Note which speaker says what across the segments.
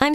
Speaker 1: I'm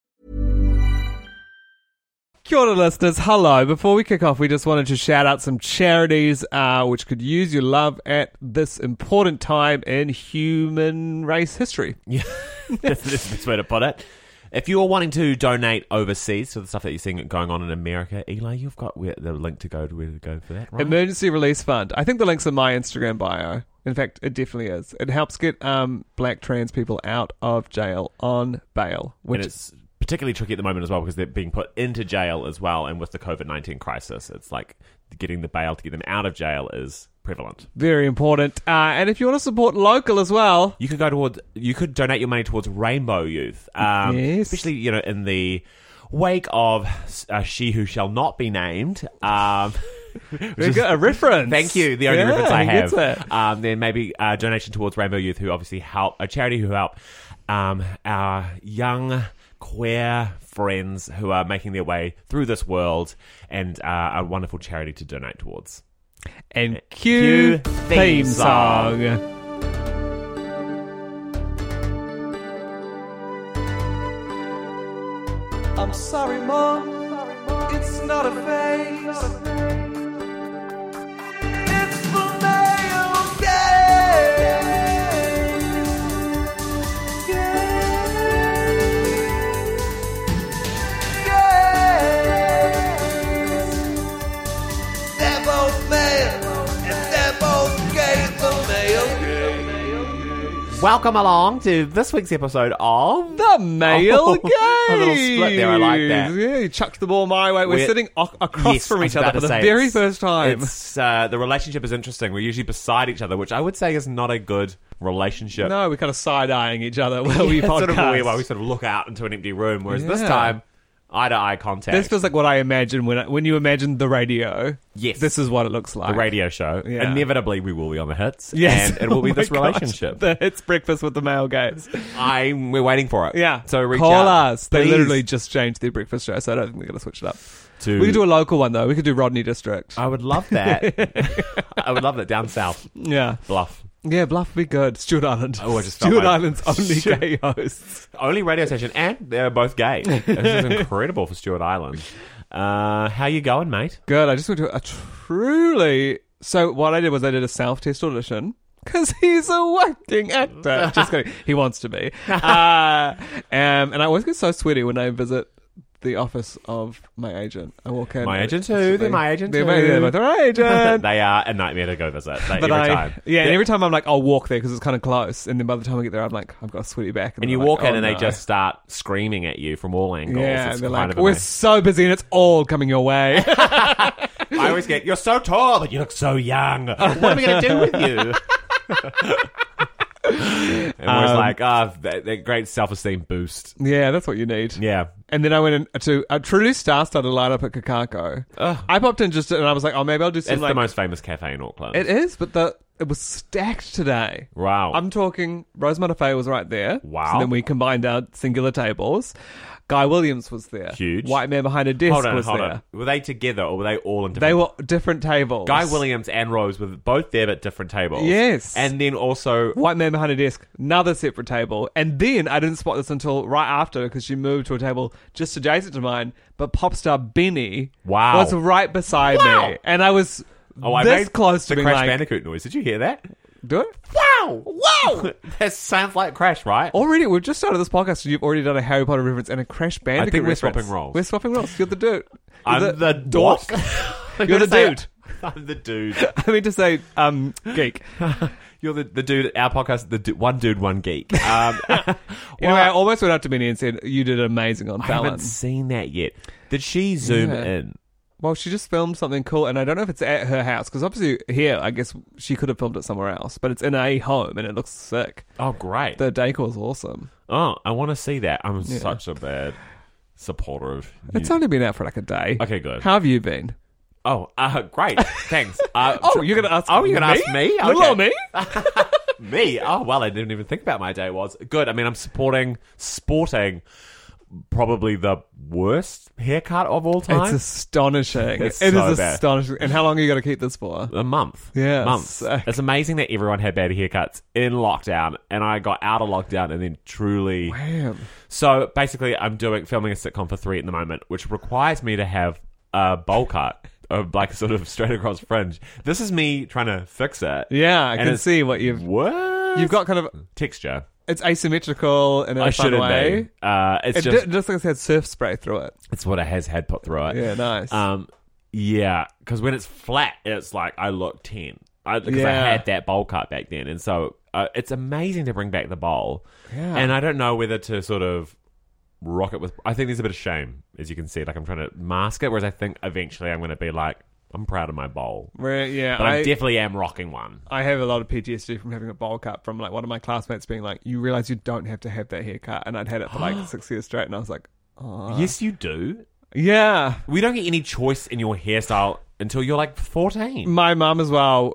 Speaker 2: Kia ora, listeners. Hello. Before we kick off, we just wanted to shout out some charities uh, which could use your love at this important time in human race history.
Speaker 3: Yeah, that's, that's the best way to put it. If you are wanting to donate overseas to the stuff that you're seeing going on in America, Eli, you've got where, the link to go to where to go for that, right?
Speaker 2: Emergency Release Fund. I think the link's in my Instagram bio. In fact, it definitely is. It helps get um, black trans people out of jail on bail,
Speaker 3: and
Speaker 2: which
Speaker 3: it's particularly tricky at the moment as well because they're being put into jail as well, and with the COVID nineteen crisis, it's like getting the bail to get them out of jail is prevalent.
Speaker 2: very important. Uh, and if you want to support local as well,
Speaker 3: You could go towards. You could donate your money towards Rainbow Youth, um,
Speaker 2: Yes.
Speaker 3: especially you know in the wake of uh, she who shall not be named. Um,
Speaker 2: we've got a reference.
Speaker 3: Thank you. The only
Speaker 2: Yeah,
Speaker 3: reference I
Speaker 2: he gets
Speaker 3: have.
Speaker 2: it.
Speaker 3: Um, then maybe a donation towards Rainbow Youth, who obviously help a charity who help um, our young queer friends who are making their way through this world, and uh, a wonderful charity to donate towards.
Speaker 2: And cue
Speaker 3: Cue
Speaker 2: theme
Speaker 3: theme
Speaker 2: song.
Speaker 4: I'm sorry, Mom. It's not a phase. It's the male gaze. Gaze. Gaze. They're both male, and they're both gay. The male gaze.
Speaker 3: Welcome along to this week's episode of
Speaker 2: The male
Speaker 3: Oh,
Speaker 2: game.
Speaker 3: a little split there, I like that.
Speaker 2: Yeah, you chucked the ball my way. We're,
Speaker 3: We're-
Speaker 2: sitting o- across
Speaker 3: Yes,
Speaker 2: from
Speaker 3: I
Speaker 2: each
Speaker 3: was
Speaker 2: other
Speaker 3: about
Speaker 2: for
Speaker 3: to
Speaker 2: the
Speaker 3: say,
Speaker 2: very
Speaker 3: it's-
Speaker 2: first time.
Speaker 3: It's, uh, the relationship is interesting. We're usually beside each other, which I would say is not a good relationship.
Speaker 2: No, we're kind of side eyeing each other while we
Speaker 3: It's
Speaker 2: podcast.
Speaker 3: sort of weird why we sort of look out into an empty room, whereas this
Speaker 2: Yeah.
Speaker 3: time, eye to eye contact.
Speaker 2: this feels like what I imagine when I, when you imagine the radio.
Speaker 3: Yes.
Speaker 2: this is what it looks like.
Speaker 3: the radio show.
Speaker 2: Yeah.
Speaker 3: Inevitably, we will be on the hits.
Speaker 2: Yes,
Speaker 3: and it will
Speaker 2: Oh
Speaker 3: be
Speaker 2: my
Speaker 3: this
Speaker 2: gosh.
Speaker 3: relationship.
Speaker 2: The it's breakfast with the male gays.
Speaker 3: I we're waiting for it.
Speaker 2: Yeah,
Speaker 3: So reach
Speaker 2: call
Speaker 3: out,
Speaker 2: us. They
Speaker 3: please,
Speaker 2: literally just changed their breakfast show, so I don't think they're going to switch it up.
Speaker 3: to.
Speaker 2: We could do a local one though. We could do Rodney District.
Speaker 3: I would love that. I would love that down south
Speaker 2: yeah,
Speaker 3: bluff.
Speaker 2: yeah. Bluff would be good. Stuart Island.
Speaker 3: Oh, I just felt
Speaker 2: Stuart
Speaker 3: like-
Speaker 2: Island's only gay hosts.
Speaker 3: Only radio station, and they're both gay. This is incredible for Stewart Island. Uh, how you going, mate?
Speaker 2: Good. I just went to a truly. So what I did was I did a self test audition because he's a working actor. Just kidding. He wants to be. Uh, um, and I always get so sweaty when I visit the office of my agent. I walk in.
Speaker 3: My
Speaker 2: and
Speaker 3: agent
Speaker 2: it's
Speaker 3: too,
Speaker 2: just
Speaker 3: they're
Speaker 2: me.
Speaker 3: my agent
Speaker 2: They're,
Speaker 3: too.
Speaker 2: My, they're both our agent.
Speaker 3: they are a nightmare to go visit. They,
Speaker 2: Uh, But
Speaker 3: every
Speaker 2: I,
Speaker 3: time,
Speaker 2: yeah, and
Speaker 3: They-
Speaker 2: every time I'm like, I'll walk there because it's kind of close. And then by the time I get there, I'm like, I've got a sweaty back.
Speaker 3: and
Speaker 2: then
Speaker 3: you
Speaker 2: I'm like,
Speaker 3: walk in
Speaker 2: oh,
Speaker 3: and they
Speaker 2: no.
Speaker 3: just start screaming at you from all angles.
Speaker 2: yeah,
Speaker 3: it's
Speaker 2: they're
Speaker 3: kind
Speaker 2: like,
Speaker 3: of
Speaker 2: we're
Speaker 3: amazing.
Speaker 2: so busy and it's all coming your way.
Speaker 3: I always get, you're so tall, but you look so young. What are we going to do with you? and um, was like, ah, that, that great self esteem boost.
Speaker 2: yeah, that's what you need.
Speaker 3: Yeah.
Speaker 2: And then I went in to a truly star-studded lineup at Kakako. I popped in just and I was like, oh, maybe I'll do some
Speaker 3: It's
Speaker 2: like.
Speaker 3: the most famous cafe in Auckland.
Speaker 2: it is, but the it was stacked today.
Speaker 3: Wow.
Speaker 2: I'm talking. Rose Matafei was right there.
Speaker 3: Wow.
Speaker 2: So then we combined our singular tables. Guy Williams was there.
Speaker 3: Huge.
Speaker 2: White man behind a desk
Speaker 3: hold on,
Speaker 2: was
Speaker 3: hold
Speaker 2: there.
Speaker 3: on. Were they together or were they all in different
Speaker 2: They were different tables.
Speaker 3: Guy Williams and Rose were both there at different tables.
Speaker 2: Yes.
Speaker 3: And then also,
Speaker 2: White man behind a desk, another separate table. And then I didn't spot this until right after because she moved to a table just adjacent to mine. But pop star Benny
Speaker 3: Wow.
Speaker 2: was right beside me. And I was
Speaker 3: oh, I
Speaker 2: this
Speaker 3: made
Speaker 2: close to
Speaker 3: the
Speaker 2: being
Speaker 3: Crash
Speaker 2: like,
Speaker 3: Bandicoot noise. Did you hear that?
Speaker 2: do it.
Speaker 3: Wow! Wow! that sounds like Crash, right?
Speaker 2: Already, we've just started this podcast and you've already done a Harry Potter reference and a Crash Bandicoot
Speaker 3: we're
Speaker 2: reference.
Speaker 3: swapping roles.
Speaker 2: We're swapping roles. You're the dude.
Speaker 3: I'm
Speaker 2: You're
Speaker 3: the, dork. I'm
Speaker 2: You're the
Speaker 3: gonna say-
Speaker 2: dude.
Speaker 3: I'm the dude.
Speaker 2: I mean to say, um, geek.
Speaker 3: You're the, the dude. Our podcast, the du- one dude, one geek. Um, well,
Speaker 2: Anyway, I almost went up to Benny and said, "You did amazing on
Speaker 3: I haven't
Speaker 2: balance."
Speaker 3: seen that yet. Did she zoom
Speaker 2: Yeah.
Speaker 3: in?
Speaker 2: Well, she just filmed something cool, and I don't know if it's at her house because obviously here, I guess she could have filmed it somewhere else, but it's in a home and it looks sick.
Speaker 3: Oh, great.
Speaker 2: The decor's awesome.
Speaker 3: oh, I want to see that. I'm such a bad. supporter of.
Speaker 2: It's only been out for like a day.
Speaker 3: Okay, good.
Speaker 2: How have you been?
Speaker 3: oh, uh, great. Thanks. Uh,
Speaker 2: Oh, you're gonna ask?
Speaker 3: Oh, you're gonna
Speaker 2: me?
Speaker 3: ask me?
Speaker 2: Little
Speaker 3: Okay.
Speaker 2: old me?
Speaker 3: me. Oh well, I didn't even think about my day was good. I mean, I'm supporting sporting probably the worst haircut of all
Speaker 2: It's
Speaker 3: time.
Speaker 2: astonishing.
Speaker 3: It's
Speaker 2: It
Speaker 3: so
Speaker 2: is
Speaker 3: bad.
Speaker 2: astonishing. And how long are you gonna keep this for?
Speaker 3: a month.
Speaker 2: Yeah,
Speaker 3: months.
Speaker 2: sick.
Speaker 3: It's amazing that everyone had bad haircuts in lockdown, and I got out of lockdown, and then truly.
Speaker 2: Damn.
Speaker 3: So basically, I'm doing filming a sitcom for three at the moment, which requires me to have a bowl cut, or like sort of straight across fringe. This is me trying to fix it.
Speaker 2: Yeah, I
Speaker 3: And
Speaker 2: can
Speaker 3: it's-
Speaker 2: see what you've
Speaker 3: What
Speaker 2: you've got. Kind of,
Speaker 3: texture.
Speaker 2: it's asymmetrical in a
Speaker 3: I
Speaker 2: fun
Speaker 3: shouldn't
Speaker 2: way.
Speaker 3: be. Uh, it's
Speaker 2: It
Speaker 3: just
Speaker 2: just, just like it's had surf spray through it.
Speaker 3: It's what it has had put through it.
Speaker 2: Yeah, nice.
Speaker 3: Um, yeah, because when it's flat, it's like I look ten. I, because I
Speaker 2: Yeah.
Speaker 3: had that bowl cut back then, and so uh, it's amazing to bring back the bowl.
Speaker 2: Yeah.
Speaker 3: And I don't know whether to sort of rock it with. I think there's a bit of shame, as you can see. Like I'm trying to mask it, whereas I think eventually I'm going to be like, I'm proud of my bowl,
Speaker 2: Where, yeah,
Speaker 3: but I,
Speaker 2: I,
Speaker 3: definitely am rocking one.
Speaker 2: I have a lot of PTSD from having a bowl cut from like one of my classmates being like, "You realize you don't have to have that haircut," and I'd had it for like six years straight, and I was like, "Oh,
Speaker 3: yes, you do.
Speaker 2: yeah."
Speaker 3: We don't get any choice in your hairstyle until you're like 14.
Speaker 2: My mum as well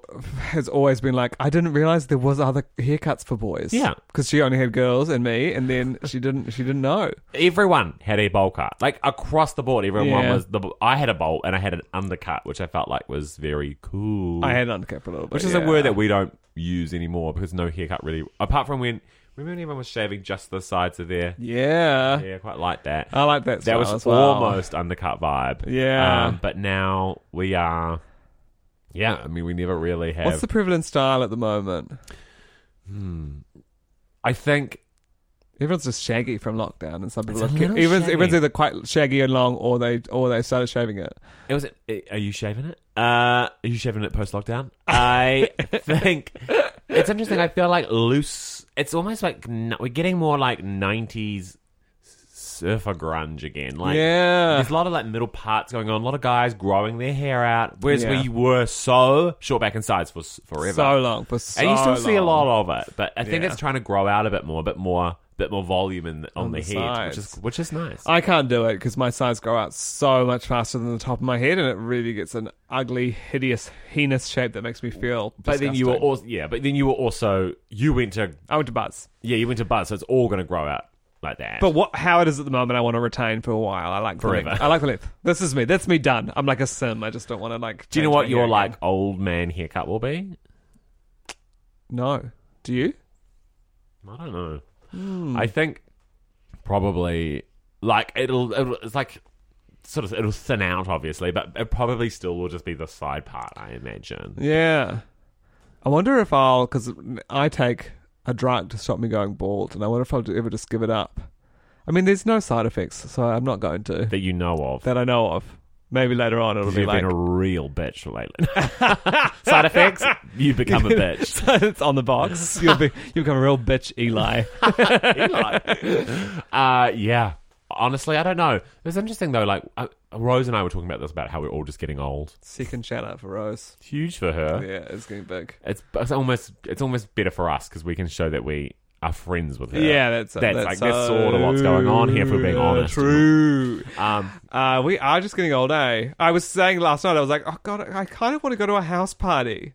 Speaker 2: has always been like, "I didn't realize there was other haircuts for boys."
Speaker 3: Yeah.
Speaker 2: because she only had girls and me, and then she didn't. She didn't know.
Speaker 3: Everyone had a bowl cut, like across the board. Everyone
Speaker 2: Yeah.
Speaker 3: was the. I had a bowl and I had an undercut, which I felt like was very cool.
Speaker 2: I had an undercut for a little bit,
Speaker 3: which is
Speaker 2: yeah.
Speaker 3: a word that we don't use anymore because no haircut really, apart from when remember when everyone was shaving just the sides of their.
Speaker 2: Yeah.
Speaker 3: Yeah, quite like that.
Speaker 2: I like that.
Speaker 3: that
Speaker 2: style
Speaker 3: was
Speaker 2: as well.
Speaker 3: almost undercut vibe.
Speaker 2: Yeah.
Speaker 3: um, but now we are. Yeah, I mean, we never really have.
Speaker 2: What's the prevalent style at the moment?
Speaker 3: I think
Speaker 2: Everyone's just shaggy from lockdown, and some people
Speaker 3: It's a
Speaker 2: are
Speaker 3: little
Speaker 2: everyone's,
Speaker 3: shaggy.
Speaker 2: everyone's either quite shaggy and long, or they or they started shaving it.
Speaker 3: It was. eh, Are you shaving it? Uh, are you shaving it post lockdown? I think it's interesting. I feel like loose. It's almost like n- we're getting more like '90s surfer grunge again. Like
Speaker 2: yeah,
Speaker 3: there's a lot of like middle parts going on. A lot of guys growing their hair out, whereas
Speaker 2: Yeah.
Speaker 3: we were so short back and sides for s- forever.
Speaker 2: so long for so
Speaker 3: and you still see a
Speaker 2: long.
Speaker 3: lot of it, but I think
Speaker 2: Yeah.
Speaker 3: it's trying to grow out a bit more, a bit more, bit more volume in, on,
Speaker 2: On
Speaker 3: the, Uh,
Speaker 2: the
Speaker 3: head, which is
Speaker 2: sides.
Speaker 3: which is nice.
Speaker 2: I can't do it because my sides grow out so much faster than the top of my head, and it really gets an ugly, hideous, heinous shape that makes me feel.
Speaker 3: but then you were
Speaker 2: disgusting.
Speaker 3: also yeah, but then you were also you went to
Speaker 2: I went to buzz.
Speaker 3: Yeah, you went to Buzz, so it's all going to grow out like that.
Speaker 2: But what how it is at the moment, I want to retain for a while. I like
Speaker 3: Forever.
Speaker 2: The length. I like the length. This is me. That's me done. I'm like a sim. I just don't want to like.
Speaker 3: do you know
Speaker 2: change
Speaker 3: what
Speaker 2: my
Speaker 3: your
Speaker 2: hair
Speaker 3: like
Speaker 2: again.
Speaker 3: old man haircut will be?
Speaker 2: No. Do you?
Speaker 3: I don't know.
Speaker 2: Hmm.
Speaker 3: I think probably like it'll, it'll it's like sort of it'll thin out obviously, but it probably still will just be the side part. I imagine.
Speaker 2: Yeah. I wonder if I'll because I take a drug to stop me going bald, and I wonder if I'll ever just give it up. I mean, there's no side effects, so I'm not going to
Speaker 3: That you know of.
Speaker 2: that I know of. Maybe later on it'll
Speaker 3: 'Cause
Speaker 2: be
Speaker 3: You've
Speaker 2: like
Speaker 3: been a real bitch lately. Side effects? You become a bitch.
Speaker 2: it's on the box. You'll be you become a real bitch, Eli.
Speaker 3: Eli. uh, yeah. Honestly, I don't know. It was interesting though. Like uh, Rose and I were talking about this about how we're all just getting old.
Speaker 2: Second shout out for Rose.
Speaker 3: It's huge for her.
Speaker 2: Yeah, it's getting big.
Speaker 3: It's, it's almost it's almost better for us because we can show that we are friends with her.
Speaker 2: Yeah, that's
Speaker 3: that's, like that's sort of what's going on here. If we're being
Speaker 2: uh,
Speaker 3: honest,
Speaker 2: True.
Speaker 3: Um,
Speaker 2: Uh, we are just getting old, eh? I was saying last night, I was like, oh god, I kind of want to go to a house party.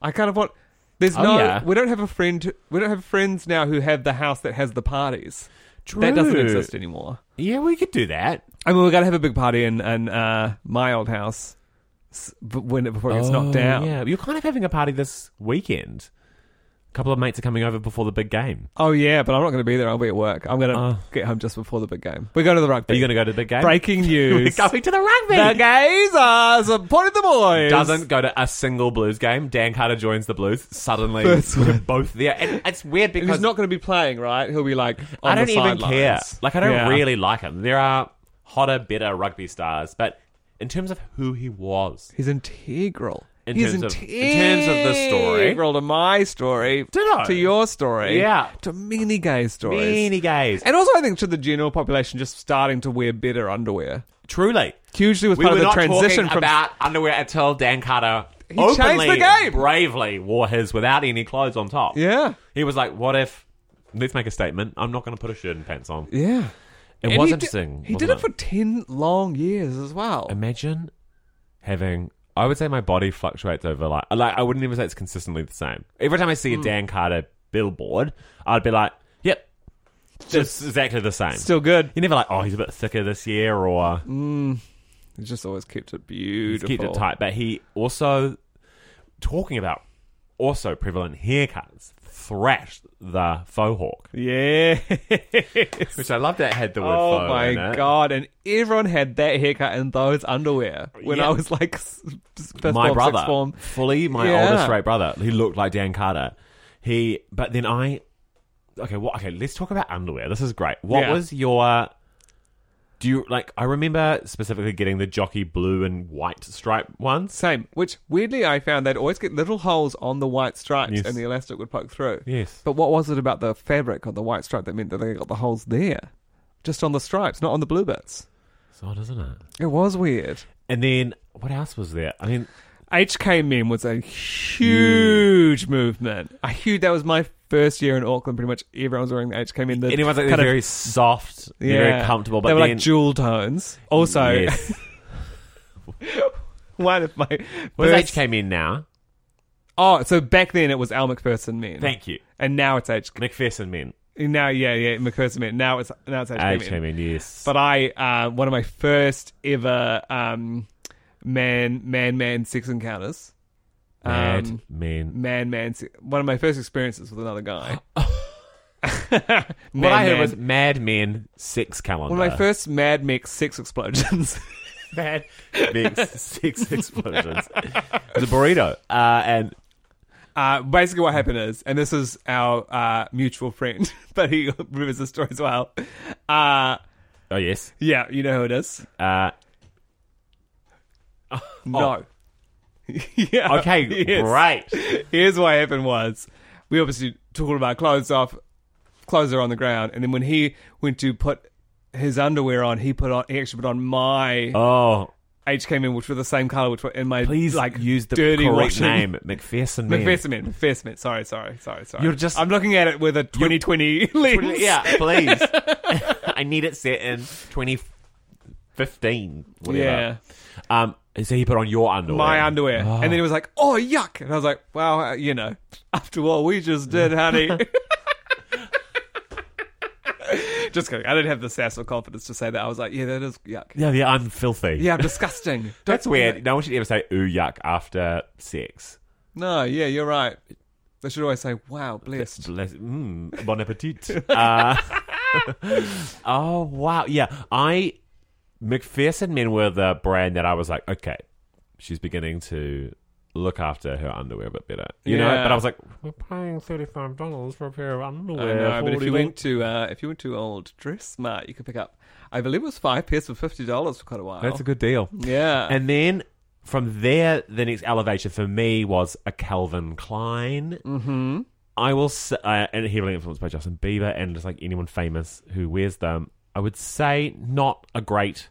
Speaker 2: I kind of want. There's
Speaker 3: Oh,
Speaker 2: no.
Speaker 3: yeah.
Speaker 2: We don't have a friend. We don't have friends now who have the house that has the parties. That doesn't
Speaker 3: True.
Speaker 2: exist anymore.
Speaker 3: Yeah, we could do that.
Speaker 2: I mean, we're gonna have a big party in, in uh, my old house s- b- when it before it gets knocked down.
Speaker 3: Oh, Yeah, you're kind of having a party this weekend. A couple of mates are coming over before the big game.
Speaker 2: Oh yeah, but I'm not gonna be there. I'll be at work. I'm gonna
Speaker 3: Oh.
Speaker 2: get home just before the big game. We're going to the rugby.
Speaker 3: Are you going to go to the big game?
Speaker 2: Breaking
Speaker 3: We're
Speaker 2: news.
Speaker 3: going to the rugby.
Speaker 2: The gays are supporting the boys.
Speaker 3: Doesn't go to a single Blues game. Dan Carter joins the Blues. Suddenly,
Speaker 2: That's
Speaker 3: we're
Speaker 2: weird.
Speaker 3: both there, and it's weird
Speaker 2: And he's
Speaker 3: because
Speaker 2: not going to be playing, right? He'll be like, on
Speaker 3: I don't
Speaker 2: the
Speaker 3: even
Speaker 2: sidelines.
Speaker 3: care. Like I don't
Speaker 2: Yeah.
Speaker 3: really like him. There are hotter, better rugby stars, but in terms of who he was,
Speaker 2: He's integral.
Speaker 3: In
Speaker 2: he's
Speaker 3: terms of-
Speaker 2: integral
Speaker 3: in terms of the story.
Speaker 2: Integral to my story.
Speaker 3: Did I?
Speaker 2: To your story.
Speaker 3: Yeah.
Speaker 2: To many gay stories.
Speaker 3: many gays.
Speaker 2: And also, I think to the general population, just starting to wear better underwear.
Speaker 3: Truly,
Speaker 2: Hugely was
Speaker 3: we
Speaker 2: part
Speaker 3: were
Speaker 2: of the
Speaker 3: not
Speaker 2: transition
Speaker 3: talking
Speaker 2: from.
Speaker 3: about underwear until Dan Carter
Speaker 2: He changed the
Speaker 3: openly,
Speaker 2: game.
Speaker 3: bravely wore his without any clothes on top.
Speaker 2: yeah.
Speaker 3: he was like, "What if?" Let's make a statement. I'm not going to put a shirt and pants on.
Speaker 2: Yeah.
Speaker 3: It
Speaker 2: And
Speaker 3: was
Speaker 2: he did-
Speaker 3: interesting.
Speaker 2: he did
Speaker 3: wasn't
Speaker 2: it, for 10 long years as well.
Speaker 3: Imagine having. I would say my body fluctuates over like like I wouldn't even say it's consistently the same. Every time I see a
Speaker 2: Hmm.
Speaker 3: Dan Carter billboard, I'd be like, "Yep, just exactly the same."
Speaker 2: Still good.
Speaker 3: You're never like, "Oh, he's a bit thicker this year," or
Speaker 2: He just always kept it
Speaker 3: he's
Speaker 2: beautiful.
Speaker 3: kept it tight. But he also talking about also prevalent haircuts thrashed the faux hawk,
Speaker 2: Yeah.
Speaker 3: which I love that had the word
Speaker 2: oh
Speaker 3: faux
Speaker 2: my
Speaker 3: in it.
Speaker 2: god! And everyone had that haircut and those underwear when
Speaker 3: Yeah.
Speaker 2: I was like s- s- fifth
Speaker 3: my
Speaker 2: form,
Speaker 3: brother,
Speaker 2: sixth form.
Speaker 3: fully my
Speaker 2: Yeah.
Speaker 3: older straight brother. He looked like Dan Carter. He, but then I, okay, what? okay, let's talk about underwear. This is great. What
Speaker 2: Yeah.
Speaker 3: was your? Do you like? I remember specifically getting the jockey blue and white stripe ones.
Speaker 2: Same. Which weirdly, I found they'd always get little holes on the white stripes,
Speaker 3: Yes.
Speaker 2: and the elastic would poke through.
Speaker 3: Yes.
Speaker 2: But what was it about the fabric on the white stripe that meant that they got the holes there, just on the stripes, not on the blue bits?
Speaker 3: It's odd, isn't it?
Speaker 2: It was weird.
Speaker 3: And then what else was there? I mean,
Speaker 2: HK meme was a huge movement. A huge. That was my first year in Auckland. Pretty much everyone was wearing the HK meme. The
Speaker 3: anyone's like they're
Speaker 2: kind of-
Speaker 3: very soft, they're very comfortable, but
Speaker 2: they were
Speaker 3: then
Speaker 2: like jewel tones. Oh, Also,
Speaker 3: Yes.
Speaker 2: one of my
Speaker 3: what does
Speaker 2: first-
Speaker 3: HK mean now?
Speaker 2: Oh, so back then it was Al McPherson men.
Speaker 3: Thank you,
Speaker 2: And now it's HK.
Speaker 3: McPherson meant
Speaker 2: Now, yeah, yeah, McPherson men. Now it's now it's HK,
Speaker 3: HK
Speaker 2: men.
Speaker 3: mean yes,
Speaker 2: But I, uh, one of my first ever um, man, man, man sex encounters.
Speaker 3: mad
Speaker 2: um,
Speaker 3: men.
Speaker 2: Man, man, se- one of my first experiences with another guy.
Speaker 3: What I
Speaker 2: Man,
Speaker 3: heard
Speaker 2: man.
Speaker 3: was Mad Men Six Calendar.
Speaker 2: one of my first Mad Mix sex explosions.
Speaker 3: Mad Men Six Explosions. the burrito. Uh, and
Speaker 2: Uh, basically, what happened is, and this is our uh, mutual friend, but he remembers the story as well. Uh,
Speaker 3: oh yes,
Speaker 2: yeah, you know who it is.
Speaker 3: uh,
Speaker 2: No. yeah.
Speaker 3: okay,
Speaker 2: Uh, yes.
Speaker 3: great.
Speaker 2: Here's what happened was, we obviously took all of our clothes off, clothes are on the ground, and then when he went to put his underwear on, he put on he actually put on my
Speaker 3: Oh,
Speaker 2: HK men, which were the same color, which were in my
Speaker 3: please
Speaker 2: like
Speaker 3: use the
Speaker 2: dirty
Speaker 3: correct
Speaker 2: washing.
Speaker 3: name, McPherson. Men.
Speaker 2: McPherson men, McPherson men. Sorry, sorry, sorry, sorry.
Speaker 3: You're just-
Speaker 2: I'm looking at it with a 2020 lens.
Speaker 3: Yeah, please. I need it set in 2015. Whatever.
Speaker 2: Yeah.
Speaker 3: Um. So he put on your underwear.
Speaker 2: my underwear. And then he was like, oh, yuck. And I was like, well, uh, you know, after what we just did, honey. just kidding. I didn't have the sass or confidence to say that. I was like, yeah, that is yuck.
Speaker 3: Yeah, yeah. I'm filthy.
Speaker 2: Yeah, I'm disgusting. Don't
Speaker 3: That's
Speaker 2: do
Speaker 3: weird.
Speaker 2: that.
Speaker 3: No one should ever say "ooh yuck" after sex.
Speaker 2: No, yeah, you're right. They should always say, wow, blessed.
Speaker 3: Bless- mm, bon appetit. Uh, oh wow, yeah. I McPherson men were the brand that I was like, okay, she's beginning to look after her underwear a bit better, you know.
Speaker 2: Yeah.
Speaker 3: But I was like, we're paying thirty five dollars for a pair of
Speaker 2: I
Speaker 3: underwear.
Speaker 2: know, but if
Speaker 3: 40
Speaker 2: you went to uh, if you went to old Dress Smart, you could pick up. I believe it was five pairs for fifty dollars for quite a while.
Speaker 3: that's a good deal.
Speaker 2: yeah.
Speaker 3: And then from there, the next elevation for me was a Calvin Klein. Mm-hmm. I will say, uh, and heavily influenced by Justin Bieber and just like anyone famous who wears them. I would say not a great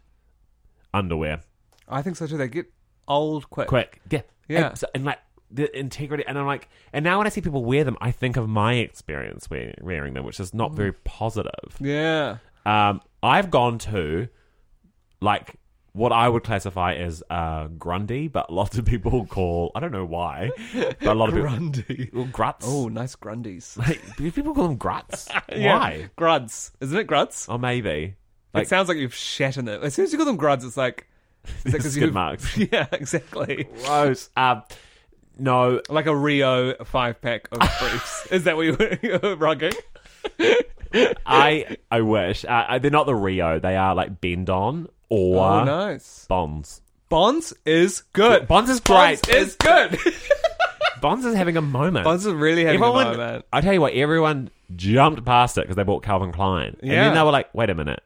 Speaker 3: underwear.
Speaker 2: I think so too. They get old quick.
Speaker 3: Quick, yeah,
Speaker 2: Yeah.
Speaker 3: And, so- and, like the integrity, and I'm like, and now when I see people wear them, I think of my experience wearing, wearing them, which is
Speaker 2: Mm.
Speaker 3: not very positive.
Speaker 2: Yeah.
Speaker 3: Um, I've gone to like what I would classify as uh, grundy, but lots of people call I don't know why, but a lot of
Speaker 2: Grundy.
Speaker 3: people well, gruts.
Speaker 2: Oh, nice grundies.
Speaker 3: people call them gruts.
Speaker 2: Yeah.
Speaker 3: Why?
Speaker 2: Gruds. Isn't it gruds?
Speaker 3: Oh, maybe.
Speaker 2: it sounds like you've shat in it. As soon as you call them gruds, it's like. Is that 'cause
Speaker 3: Skid
Speaker 2: you've-
Speaker 3: marks.
Speaker 2: Yeah, exactly.
Speaker 3: Gross. Um, no,
Speaker 2: Like a Rio five pack of briefs. Is that what you were rugging?
Speaker 3: I I wish uh, uh, they're not the Rio. They are like Bendon or
Speaker 2: Oh, nice.
Speaker 3: Bonds.
Speaker 2: Bonds is good.
Speaker 3: Bonds is
Speaker 2: Bonds
Speaker 3: great.
Speaker 2: is good.
Speaker 3: Bonds is having a moment.
Speaker 2: Bonds is really having
Speaker 3: everyone,
Speaker 2: a moment.
Speaker 3: I tell you what, everyone jumped past it because they bought Calvin Klein, and
Speaker 2: Yeah.
Speaker 3: then they were like, "Wait a minute,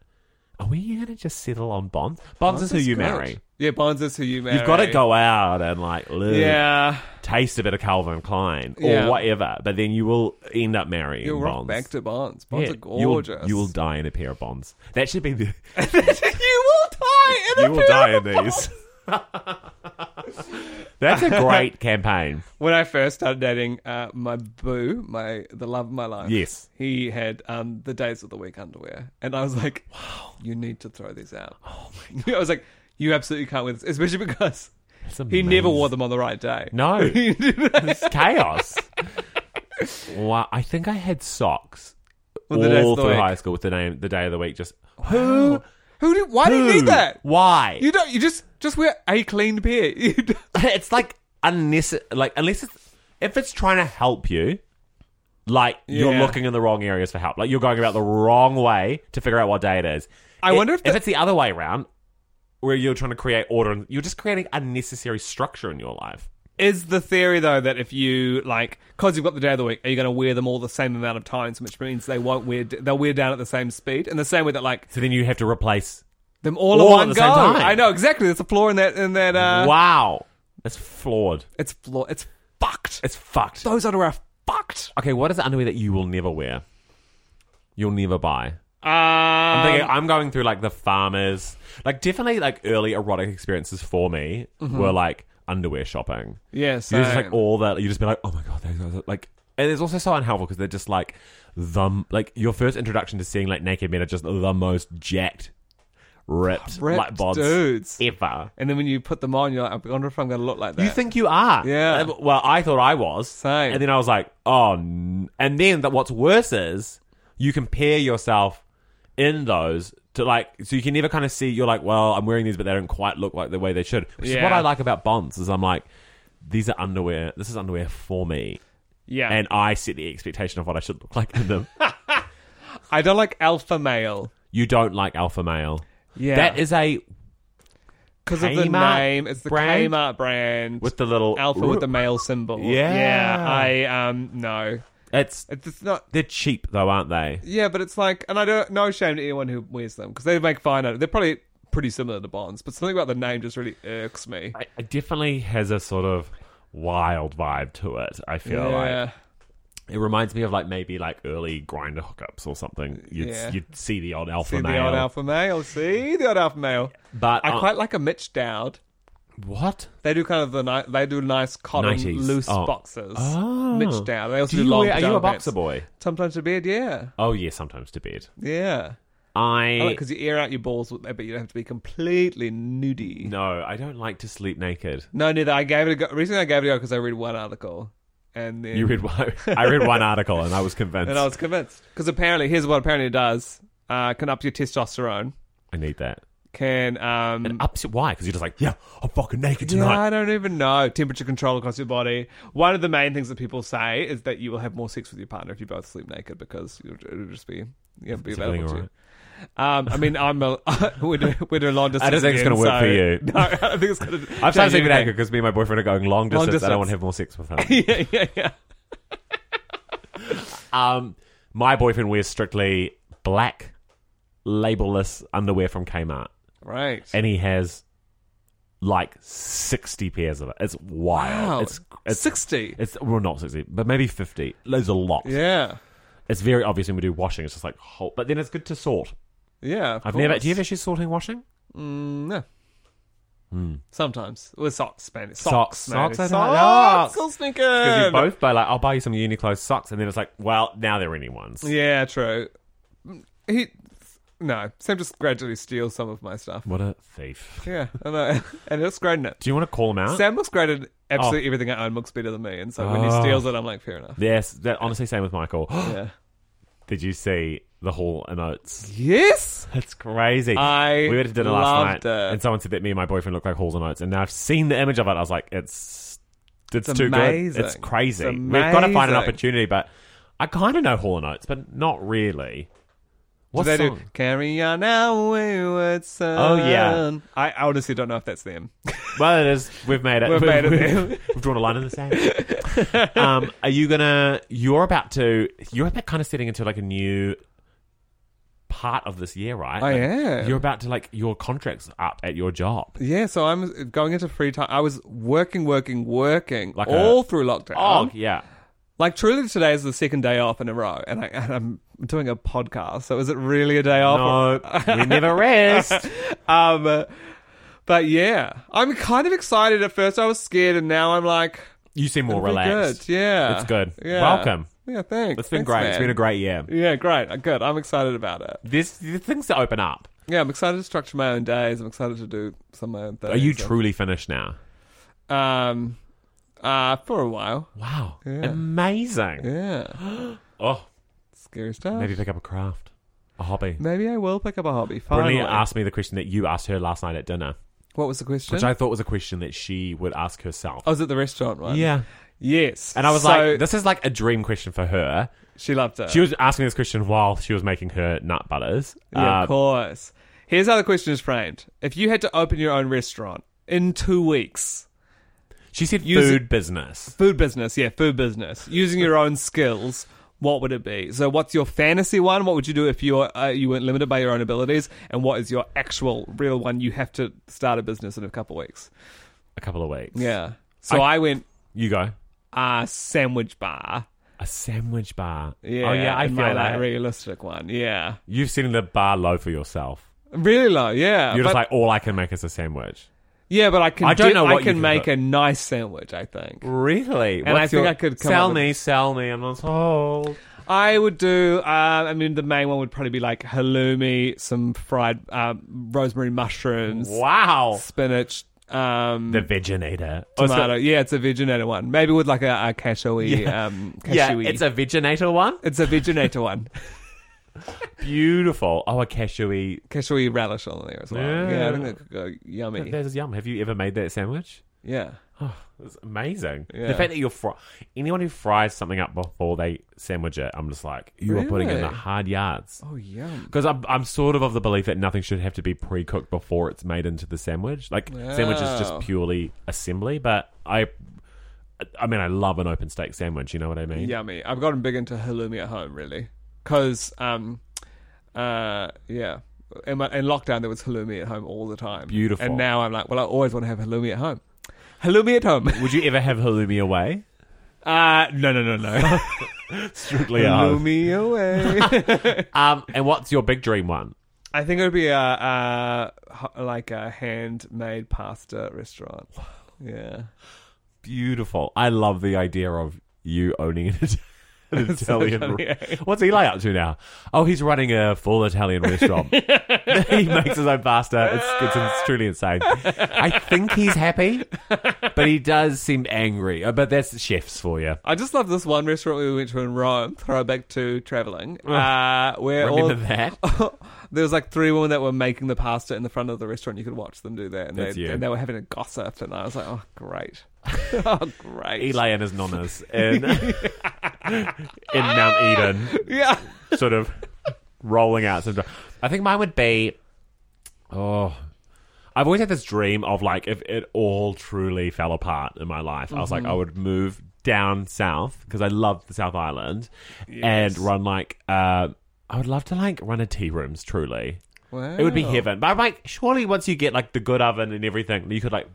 Speaker 3: are we going to just settle on Bonds? Bonds, is who you
Speaker 2: good.
Speaker 3: marry.
Speaker 2: Yeah, Bonds is who you marry.
Speaker 3: You've got to go out and like, live,
Speaker 2: Yeah.
Speaker 3: taste a bit of Calvin Klein or
Speaker 2: Yeah.
Speaker 3: whatever, but then you will end up marrying
Speaker 2: You'll rock
Speaker 3: Bonds.
Speaker 2: back to Bonds. Bonds
Speaker 3: Yeah,
Speaker 2: are
Speaker 3: you will-
Speaker 2: gorgeous.
Speaker 3: You will, die in a pair of Bonds. That should be the
Speaker 2: you will die in a
Speaker 3: you will
Speaker 2: pair
Speaker 3: die in
Speaker 2: of
Speaker 3: these. That's a great campaign.
Speaker 2: when I first started dating uh, my boo, my the love of my life.
Speaker 3: Yes.
Speaker 2: he had um, the days of the week underwear, and I was like, "Wow, you need to throw these out." Oh my god! I was like, "You absolutely can't wear this," especially because he never wore them on the right day.
Speaker 3: No. it's chaos. Wow. I think I had socks
Speaker 2: With the days of
Speaker 3: all
Speaker 2: the
Speaker 3: through
Speaker 2: week.
Speaker 3: high school with the name the day of the week. Just who?
Speaker 2: Who? Do, why do you
Speaker 3: Who?
Speaker 2: need that?
Speaker 3: Why?
Speaker 2: You don't. You just just wear a clean pair. You don't-
Speaker 3: it's like unless like unless it's, if it's trying to help you like you're
Speaker 2: Yeah.
Speaker 3: looking in the wrong areas for help like you're going about the wrong way to figure out what day it is
Speaker 2: I
Speaker 3: If-
Speaker 2: wonder if
Speaker 3: if
Speaker 2: the-
Speaker 3: it's the other way around where you're trying to create order and you're just creating unnecessary structure in your life
Speaker 2: Is the theory though that if you like, because you've got the day of the week, are you going to wear them all the same amount of times, which means they won't wear they'll wear down at the same speed, and the same way that like
Speaker 3: so then you have to replace
Speaker 2: them all, in
Speaker 3: All at
Speaker 2: one
Speaker 3: the
Speaker 2: go.
Speaker 3: same time.
Speaker 2: I know exactly. There's a flaw in that. In that, uh,
Speaker 3: wow that's flawed
Speaker 2: it's flaw. It's fucked.
Speaker 3: it's fucked
Speaker 2: Those underwear are fucked.
Speaker 3: okay what is the underwear that you will never wear you'll never buy
Speaker 2: Um,
Speaker 3: I'm thinking I'm going through like the farmers, like definitely like early erotic experiences for me were like underwear shopping.
Speaker 2: Mm-hmm. yeah,
Speaker 3: You just
Speaker 2: same.
Speaker 3: like all that. You just be like, oh my god, those guys are like. And it's also so unhelpful because they're just like the like your first introduction to seeing like naked men are just the most jacked, ripped,
Speaker 2: Ripped
Speaker 3: like bods
Speaker 2: dudes.
Speaker 3: ever.
Speaker 2: And then when you put them on, you're like, I wonder if I'm going to look like that.
Speaker 3: You think you are?
Speaker 2: Yeah.
Speaker 3: Uh, Well, I thought I was.
Speaker 2: Same.
Speaker 3: And then I was like, oh. n- And then that what's worse is you compare yourself in those to like, so you can never kind of see. You're like, well, I'm wearing these, but they don't quite look like the way they should. Which is what
Speaker 2: Yeah.
Speaker 3: I like about Bonds is I'm like, these are underwear. This is underwear for me.
Speaker 2: Yeah,
Speaker 3: And I set the expectation of what I should look like in them.
Speaker 2: I don't like alpha male.
Speaker 3: you don't like alpha male.
Speaker 2: Yeah,
Speaker 3: That is a
Speaker 2: because of the
Speaker 3: Kmart
Speaker 2: name. It's the
Speaker 3: brand?
Speaker 2: Kmart brand
Speaker 3: with the little
Speaker 2: alpha with the male symbol.
Speaker 3: Yeah.
Speaker 2: yeah. I um no,
Speaker 3: It's
Speaker 2: it's, it's not.
Speaker 3: they're cheap though, aren't they?
Speaker 2: Yeah, but it's like, and I don't no shame to anyone who wears them because they make fine out of. They're probably pretty similar to Bonds, but something about the name just really irks me.
Speaker 3: I- it definitely has a sort of wild vibe to it. I feel like
Speaker 2: yeah,
Speaker 3: it reminds me of like maybe like early grinder hookups or something. You'd,
Speaker 2: Yeah.
Speaker 3: you'd see the odd alpha
Speaker 2: see the
Speaker 3: male,
Speaker 2: odd alpha male. See the odd alpha male.
Speaker 3: but
Speaker 2: I
Speaker 3: uh,
Speaker 2: quite like a Mitch Dowd.
Speaker 3: what?
Speaker 2: They do kind of the ni- they do nice cotton
Speaker 3: 90s.
Speaker 2: loose
Speaker 3: Oh.
Speaker 2: boxes.
Speaker 3: Oh.
Speaker 2: Mitch Dowd. They also
Speaker 3: Do
Speaker 2: do,
Speaker 3: you
Speaker 2: long.
Speaker 3: wear, are you
Speaker 2: pajama
Speaker 3: a boxer
Speaker 2: pants.
Speaker 3: boy?
Speaker 2: Sometimes to bed, yeah,
Speaker 3: Oh yeah, sometimes to bed.
Speaker 2: yeah.
Speaker 3: I,
Speaker 2: I like because you air out your balls, with, but you don't have to be completely nudie.
Speaker 3: no, I don't like to sleep naked.
Speaker 2: No, neither. I gave it a go. Recently, I gave it a go because I read one article, and then
Speaker 3: You read one. I read one article and I was convinced.
Speaker 2: and I was convinced because apparently, here's what apparently it does: uh, can up your testosterone,
Speaker 3: I need that.
Speaker 2: can um,
Speaker 3: And upset? Why? Because you're just like, yeah, I'm fucking naked
Speaker 2: yeah,
Speaker 3: tonight.
Speaker 2: I don't even know temperature control across your body. One of the main things that people say is that you will have more sex with your partner if you both sleep naked because you'll, it'll just be you'll be
Speaker 3: Everything
Speaker 2: available to
Speaker 3: all
Speaker 2: you. Um, I mean, I'm a we're doing, we're doing long distance.
Speaker 3: I don't think it's
Speaker 2: again,
Speaker 3: gonna work
Speaker 2: so-
Speaker 3: for you.
Speaker 2: No, I don't think it's gonna.
Speaker 3: I'm
Speaker 2: change
Speaker 3: starting sleeping
Speaker 2: anything.
Speaker 3: naked because me and my boyfriend are going long distance.
Speaker 2: Long
Speaker 3: I don't
Speaker 2: distance.
Speaker 3: want to have more sex with him.
Speaker 2: yeah, yeah, yeah.
Speaker 3: Um, my boyfriend wears strictly black, labelless underwear from Kmart,
Speaker 2: Right.
Speaker 3: and he has like sixty pairs of it. It's wild.
Speaker 2: Wow.
Speaker 3: It's, it's
Speaker 2: sixty.
Speaker 3: It's well, not sixty, but maybe fifty. There's a lot.
Speaker 2: yeah.
Speaker 3: It's very obvious when we do washing. It's just like whole. But then it's good to sort.
Speaker 2: Yeah, of
Speaker 3: I've never. Do you
Speaker 2: course.
Speaker 3: have issues sorting washing?
Speaker 2: Mm, no. Sometimes with socks, man.
Speaker 3: Hmm. Socks,
Speaker 2: Socks, man.
Speaker 3: socks, I don't
Speaker 2: socks.
Speaker 3: know.
Speaker 2: Socks,
Speaker 3: Because you
Speaker 2: sneakers.
Speaker 3: both buy like I'll buy you some Uniqlo socks, and then it's like, well, now they're anyone's.
Speaker 2: Yeah, true. He, no, Sam just gradually steals some of my stuff.
Speaker 3: What a thief!
Speaker 2: Yeah, I know, and it's great in it.
Speaker 3: Do you want to call him out?
Speaker 2: Sam looks great at absolutely everything I own. Looks better than me, and so when he
Speaker 3: Oh.
Speaker 2: steals it, I'm like, fair enough.
Speaker 3: yes. That, honestly, same with Michael.
Speaker 2: Yeah.
Speaker 3: Did you see the hall notes?
Speaker 2: Yes.
Speaker 3: That's crazy.
Speaker 2: I
Speaker 3: we went to dinner last
Speaker 2: loved
Speaker 3: night,
Speaker 2: it.
Speaker 3: and someone said that me and my boyfriend look like Halls and Oates, and now I've seen the image of it. I was like, it's it's,
Speaker 2: It's
Speaker 3: too
Speaker 2: amazing.
Speaker 3: good. It's crazy.
Speaker 2: It's
Speaker 3: We've got to find
Speaker 2: amazing.
Speaker 3: an opportunity, but I kind of know Hall and Oates, but not really. What
Speaker 2: do they
Speaker 3: song?
Speaker 2: do? Carry on our wayward son.
Speaker 3: Oh, yeah.
Speaker 2: I honestly don't know if that's them.
Speaker 3: Well, it is. We've made it.
Speaker 2: We've made it
Speaker 3: We've, we've drawn a line in the sand. um, are you gonna? You're about to. You're about kind of setting into like a new part of this year, right?
Speaker 2: I
Speaker 3: Like,
Speaker 2: am.
Speaker 3: You're about to like your contract's up at your job.
Speaker 2: Yeah, so I'm going into free time. I was working, working, working
Speaker 3: Like
Speaker 2: all
Speaker 3: a-
Speaker 2: through lockdown.
Speaker 3: Oh yeah.
Speaker 2: Like truly, today is the second day off in a row, and, I, and I'm doing a podcast. So is it really a day off?
Speaker 3: No, we never rest.
Speaker 2: Um, But yeah, I'm kind of excited. At first, I was scared, and now I'm like,
Speaker 3: You seem more
Speaker 2: it'll be
Speaker 3: relaxed.
Speaker 2: Good. Yeah,
Speaker 3: It's good.
Speaker 2: Yeah.
Speaker 3: Welcome.
Speaker 2: Yeah, thanks.
Speaker 3: It's been
Speaker 2: Thanks,
Speaker 3: great.
Speaker 2: man.
Speaker 3: It's been a great year.
Speaker 2: Yeah, great. Uh, Good. I'm excited about it.
Speaker 3: There's, there's things to open up.
Speaker 2: Yeah, I'm excited to structure my own days. I'm excited to do some of my own things.
Speaker 3: Are you truly finished now?
Speaker 2: Um, uh, for a while.
Speaker 3: Wow.
Speaker 2: Yeah.
Speaker 3: Amazing.
Speaker 2: Yeah,
Speaker 3: Oh,
Speaker 2: scary stuff.
Speaker 3: maybe
Speaker 2: Maybe,
Speaker 3: pick up a craft, a hobby.
Speaker 2: I will pick up a hobby. Finally,
Speaker 3: Brittany asked me the question that you asked her last night at dinner,
Speaker 2: what was the question?
Speaker 3: which I thought was a question that she would ask herself.
Speaker 2: I was at the restaurant one.
Speaker 3: yeah.
Speaker 2: Yes.
Speaker 3: And I was
Speaker 2: Oh, So,
Speaker 3: like, this is like a dream question for her.
Speaker 2: she loved it.
Speaker 3: She was asking this question while she was making her nut butters.
Speaker 2: Yeah,
Speaker 3: Uh,
Speaker 2: of course. Here's how the question is framed. If you had to open your own restaurant in two weeks,
Speaker 3: She said
Speaker 2: Use
Speaker 3: food business.
Speaker 2: food business, yeah, food business, using your own skills, what would it be? So, what's your fantasy one? What would you do if you uh, you weren't limited by your own abilities? And what is your actual real one? You have to start a business in a couple weeks.
Speaker 3: A couple of weeks.
Speaker 2: Yeah. So I, went
Speaker 3: You go.
Speaker 2: uh, sandwich bar.
Speaker 3: A sandwich bar.
Speaker 2: Yeah.
Speaker 3: Oh, yeah, I
Speaker 2: in
Speaker 3: feel
Speaker 2: my,
Speaker 3: that.
Speaker 2: like, realistic one. Yeah.
Speaker 3: You've seen the bar low for yourself.
Speaker 2: Really low. Yeah.
Speaker 3: You're
Speaker 2: Uh, But-
Speaker 3: just like, all I can make is a sandwich.
Speaker 2: yeah, but I can.
Speaker 3: I don't
Speaker 2: do-
Speaker 3: know
Speaker 2: I
Speaker 3: what you
Speaker 2: can
Speaker 3: can
Speaker 2: make
Speaker 3: put.
Speaker 2: a nice sandwich. I think.
Speaker 3: Really?
Speaker 2: And I think I could come
Speaker 3: sell
Speaker 2: up with-
Speaker 3: me, sell me. I'm not sold.
Speaker 2: I would do. Uh, I mean, the main one would probably be like halloumi, some fried um, rosemary mushrooms,
Speaker 3: Wow.
Speaker 2: spinach, um,
Speaker 3: The veginator. Oh, it's got-
Speaker 2: tomato. yeah, it's a veginator one. Maybe with like a, a cashewy. Um,
Speaker 3: yeah,
Speaker 2: cashewy.
Speaker 3: it's a veginator one.
Speaker 2: it's a veginator one.
Speaker 3: Beautiful. Oh, a cashewy.
Speaker 2: Cashewy relish on there as well. Yeah, I
Speaker 3: Yeah.
Speaker 2: think that could go yummy.
Speaker 3: That is yum. Have you ever made that sandwich?
Speaker 2: yeah.
Speaker 3: It's amazing.
Speaker 2: Yeah.
Speaker 3: The fact that you're fry anyone who fries something up before they sandwich it, I'm just like, you are putting in the
Speaker 2: Really?
Speaker 3: hard yards.
Speaker 2: Oh, yum.
Speaker 3: Because I'm, I'm sort of of the belief that nothing should have to be pre cooked before it's made into the sandwich. Like, sandwich is
Speaker 2: Wow.
Speaker 3: just purely assembly, but I. I mean, I love an open steak sandwich. You know what I mean?
Speaker 2: Yummy. I've gotten big into halloumi at home, really. Because, um, uh, yeah. In, my, in lockdown, there was halloumi at home all the time.
Speaker 3: Beautiful.
Speaker 2: And now I'm like, well, I always want to have halloumi at home. Halloumi at home.
Speaker 3: Would you ever have halloumi away?
Speaker 2: Uh, no, no, no, no.
Speaker 3: Strictly at home.
Speaker 2: halloumi away.
Speaker 3: Um, and what's your big dream one?
Speaker 2: I think it would be a, uh ho- like a handmade pasta restaurant. Yeah.
Speaker 3: Beautiful. I love the idea of you owning an, It- an Italian.
Speaker 2: funny, eh?
Speaker 3: What's Eli up to now? Oh, he's running a full Italian restaurant. he makes his own pasta. It's, it's, it's truly insane. I think he's happy, but he does seem angry. Uh, But that's chefs for you.
Speaker 2: I just love this one restaurant we went to in Rome, throwback to traveling, uh, where all,
Speaker 3: Remember that?
Speaker 2: there was like three women that were making the pasta in the front of the restaurant. You could watch them do that, and,
Speaker 3: That's
Speaker 2: they,
Speaker 3: you.
Speaker 2: and they were having a gossip. And I was like, oh, great, oh, great,
Speaker 3: Eli and his nonnas in, in Mount Eden.
Speaker 2: yeah,
Speaker 3: sort of rolling out some. I think mine would be. Oh, I've always had this dream of like if it all truly fell apart in my life, I was like I
Speaker 2: Mm-hmm.
Speaker 3: would move down south because I love the South Island and run like. Uh, I would love to like run a tea rooms. Truly,
Speaker 2: wow.
Speaker 3: it would be heaven. But I'm like, surely once you get like the good oven and everything, you could like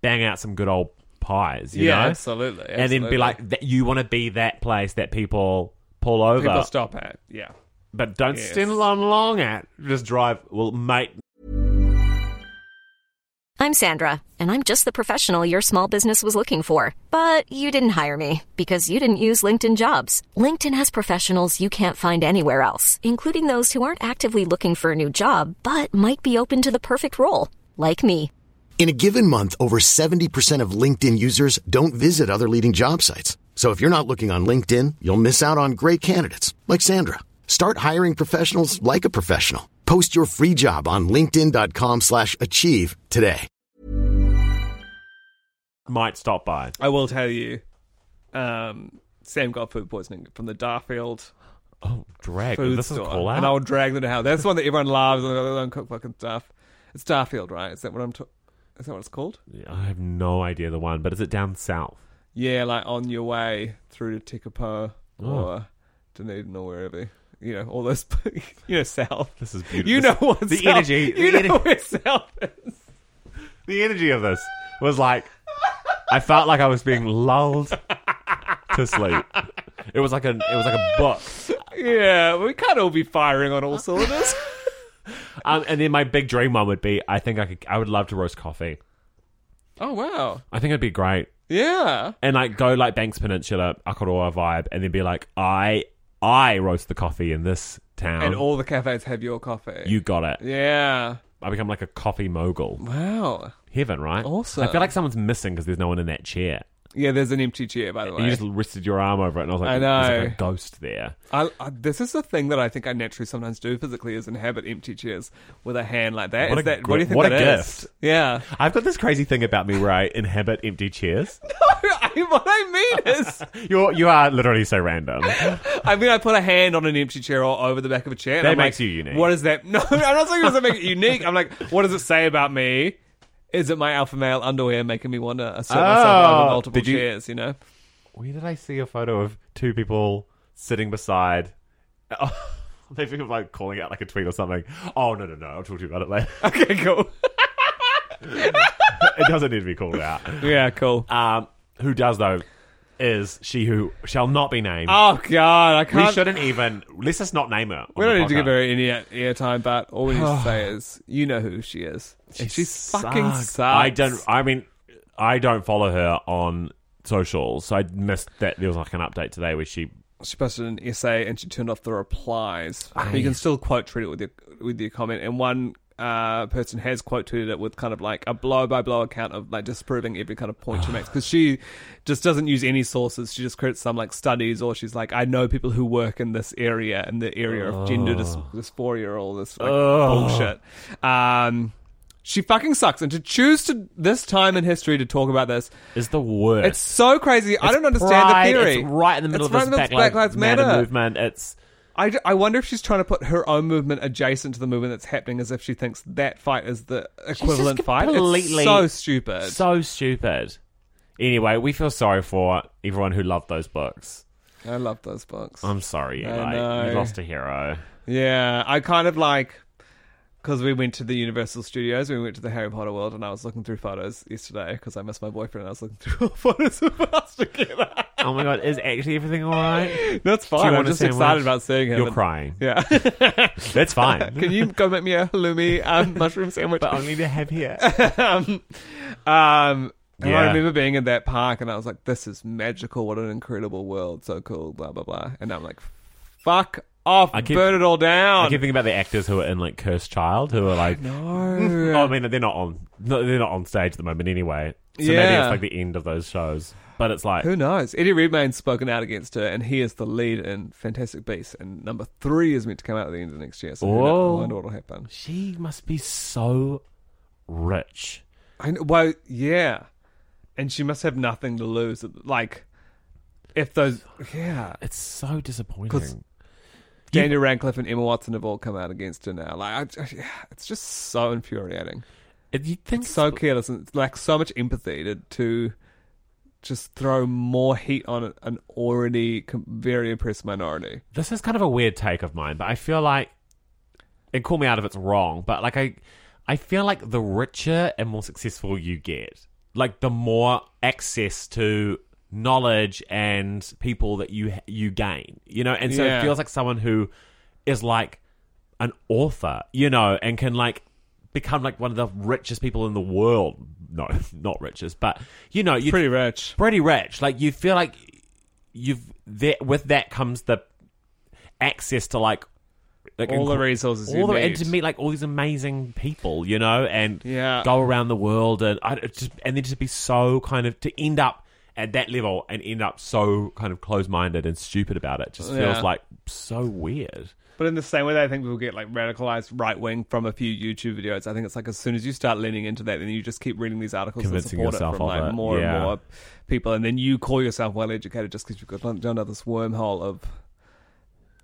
Speaker 3: bang out some good old pies. You
Speaker 2: yeah,
Speaker 3: know?
Speaker 2: absolutely,
Speaker 3: And then be
Speaker 2: absolutely.
Speaker 3: like, that you want to be that place that people pull over
Speaker 2: people stop at, yeah.
Speaker 3: but don't
Speaker 2: Yes.
Speaker 3: stand long, long at. Just drive. Well, mate,
Speaker 1: I'm Sandra, and I'm just the professional your small business was looking for. But you didn't hire me because you didn't use LinkedIn jobs. LinkedIn has professionals you can't find anywhere else, including those who aren't actively looking for a new job but might be open to the perfect role, like me.
Speaker 5: In a given month, over 70% of LinkedIn users don't visit other leading job sites. So if you're not looking on LinkedIn, you'll miss out on great candidates like Sandra. Start hiring professionals like a professional. Post your free job on linkedin.com/achieve slash achieve today.
Speaker 3: might stop by.
Speaker 2: I will tell you, um, Sam got food poisoning from the Darfield
Speaker 3: Oh, drag.
Speaker 2: food
Speaker 3: this is a
Speaker 2: store,
Speaker 3: call
Speaker 2: and I
Speaker 3: out.
Speaker 2: will drag them to hell. That's the one that everyone loves, and they don't cook fucking stuff. It's Darfield, right? Is that what I'm? ta- is that what it's called?
Speaker 3: I have no idea the one, but is it down south?
Speaker 2: Yeah, like on your way through to Tekapo
Speaker 3: Oh.
Speaker 2: or Dunedin or wherever. You know, all those, you know, South.
Speaker 3: This is beautiful.
Speaker 2: You know what's
Speaker 3: the
Speaker 2: South-
Speaker 3: energy.
Speaker 2: You
Speaker 3: the,
Speaker 2: know
Speaker 3: ener-
Speaker 2: where South is.
Speaker 3: the energy of this was like I felt like I was being lulled to sleep. It was like a it was like a book. Oh.
Speaker 2: Yeah, we can't all be firing on all cylinders.
Speaker 3: Um, and then my big dream one would be I think I could I would love to roast coffee.
Speaker 2: Oh wow.
Speaker 3: I think it'd be great.
Speaker 2: Yeah.
Speaker 3: And like go like Banks Peninsula, Akaroa vibe, and then be like, I I roast the coffee in this town.
Speaker 2: and all the cafes have your coffee.
Speaker 3: Oh. you got it.
Speaker 2: Yeah.
Speaker 3: I become like a coffee mogul.
Speaker 2: Wow.
Speaker 3: Heaven, right?
Speaker 2: Awesome.
Speaker 3: I feel like someone's missing because there's no one in that chair.
Speaker 2: Yeah, there's an empty chair by the
Speaker 3: And you
Speaker 2: way.
Speaker 3: just rested your arm over it, and I was like,
Speaker 2: I
Speaker 3: There's
Speaker 2: know.
Speaker 3: like a ghost there.
Speaker 2: I, I, this is the thing that I think I naturally sometimes do physically is inhabit empty chairs with a hand like that.
Speaker 3: What
Speaker 2: Is
Speaker 3: a
Speaker 2: that
Speaker 3: gr-
Speaker 2: what do you think
Speaker 3: what a
Speaker 2: that is?
Speaker 3: gift.
Speaker 2: Yeah.
Speaker 3: I've got this crazy thing about me where I inhabit empty chairs.
Speaker 2: I- what I mean is,
Speaker 3: You're you are literally so random.
Speaker 2: I mean, I put a hand on an empty chair or over the back of a chair. and
Speaker 3: That
Speaker 2: I'm
Speaker 3: makes
Speaker 2: like,
Speaker 3: you unique.
Speaker 2: What is that? No, I'm not saying it doesn't make it unique. I'm like, what does it say about me? Is it my alpha male underwear making me want to assert myself
Speaker 3: Oh,
Speaker 2: over multiple
Speaker 3: did you-
Speaker 2: chairs? You know,
Speaker 3: Where did I see a photo of two people sitting beside? Oh, they think of like calling out like a tweet or something. Oh no no no! I'll talk to you about it later.
Speaker 2: okay, cool.
Speaker 3: it doesn't need to be called out.
Speaker 2: yeah, cool.
Speaker 3: Um, who does though? Is she who shall not be named?
Speaker 2: Oh god, I
Speaker 3: we
Speaker 2: can't.
Speaker 3: shouldn't even. Let's just not name her. on
Speaker 2: We don't
Speaker 3: the
Speaker 2: need to give
Speaker 3: podcast.
Speaker 2: her any airtime, but all we need to say is, you know who she is. She she's fucking sucks.
Speaker 3: I don't. I mean, I don't follow her on socials, so I missed that. There was like an update today where she.
Speaker 2: She posted an essay and she turned off the replies. But you can still quote tweet it with your with your comment. And one uh, person has quote tweeted it with kind of like a blow by blow account of like disproving every kind of point she makes because she just doesn't use any sources. She just credits some like studies or she's like, I know people who work in this area in the area of gender dys- dysphoria or all this like bullshit. Um, she fucking sucks, and to choose to this time in history to talk about this
Speaker 3: Is the worst.
Speaker 2: it's so crazy. I don't understand
Speaker 3: Pride,
Speaker 2: the theory.
Speaker 3: It's right in the middle
Speaker 2: It's
Speaker 3: of
Speaker 2: right
Speaker 3: this
Speaker 2: in the
Speaker 3: Black, Lives Matter,
Speaker 2: Matter.
Speaker 3: movement. It's
Speaker 2: I, ju- I wonder if she's trying to put her own movement adjacent to the movement that's happening as if she thinks that fight is the equivalent fight. It's
Speaker 3: completely-
Speaker 2: so stupid.
Speaker 3: so stupid. Anyway, we feel sorry for everyone who loved those books.
Speaker 2: I love those books.
Speaker 3: I'm sorry, you,
Speaker 2: I
Speaker 3: like, you
Speaker 2: know.
Speaker 3: lost a hero.
Speaker 2: yeah, I kind of like because we went to the Universal Studios, we went to the Harry Potter world, and I was looking through photos yesterday because I missed my boyfriend. I was looking through all photos of us together.
Speaker 3: Oh my god, is actually everything all right?
Speaker 2: That's
Speaker 3: you
Speaker 2: fine. I'm
Speaker 3: want a
Speaker 2: just
Speaker 3: sandwich?
Speaker 2: excited about seeing him.
Speaker 3: You're
Speaker 2: and-
Speaker 3: crying.
Speaker 2: Yeah.
Speaker 3: That's fine.
Speaker 2: Can you go make me a halloumi um, mushroom sandwich?
Speaker 3: but only to have here.
Speaker 2: um, um, and I
Speaker 3: Yeah.
Speaker 2: remember being in that park and I was like, this is magical. What an incredible world. So cool. Blah, blah, blah. And I'm like, fuck off.
Speaker 3: I keep-
Speaker 2: burn it all
Speaker 3: I
Speaker 2: down.
Speaker 3: keep thinking about the actors who are in like Cursed Child, who are like,
Speaker 2: no.
Speaker 3: oh, I mean, they're not on, no, they're not on stage at the moment anyway. So maybe
Speaker 2: Yeah.
Speaker 3: it's like the end of those shows. But it's like,
Speaker 2: Who knows? Eddie Redmayne's spoken out against her, and he is the lead in Fantastic Beasts. And number three is meant to come out at the end of next year. So who knows?
Speaker 3: Whoa.
Speaker 2: I wonder what will happen.
Speaker 3: she must be so rich.
Speaker 2: I know, well, yeah. And she must have nothing to lose. Like, if those, yeah.
Speaker 3: It's so
Speaker 2: Because-
Speaker 3: disappointing.
Speaker 2: Daniel Radcliffe and Emma Watson have all come out against her now. Like, I, I- it's just so infuriating.
Speaker 3: It, you think
Speaker 2: So careless and it's like so much empathy to, to just throw more heat on an already com- very oppressed minority.
Speaker 3: this is kind of a weird take of mine, but I feel like and call me out if it's wrong, but like I I feel like the richer and more successful you get, like the more access to knowledge and people that you you gain, you know, and so
Speaker 2: Yeah.
Speaker 3: it feels like someone who is like an author, you know, and can like become like one of the richest people in the world. No, not richest, but you know, you
Speaker 2: Pretty rich.
Speaker 3: pretty rich. Like you feel like you've that with that comes the access to like, like
Speaker 2: All the
Speaker 3: inc-
Speaker 2: resources you
Speaker 3: all the and
Speaker 2: need.
Speaker 3: to meet like all these amazing people, you know, and
Speaker 2: Yeah.
Speaker 3: go around the world and I it just and then just be so kind of to end up at that level and end up so kind of closed minded and stupid about it just
Speaker 2: Yeah.
Speaker 3: feels like so weird.
Speaker 2: But in the same way that I think people get like radicalized right wing from a few YouTube videos, I think it's like as soon as you start leaning into that, then you just keep reading these articles and
Speaker 3: Convincing
Speaker 2: support it
Speaker 3: yourself
Speaker 2: from
Speaker 3: of
Speaker 2: like
Speaker 3: it,
Speaker 2: more
Speaker 3: yeah.
Speaker 2: and more people, and then you call yourself well educated just because you've got down down this wormhole of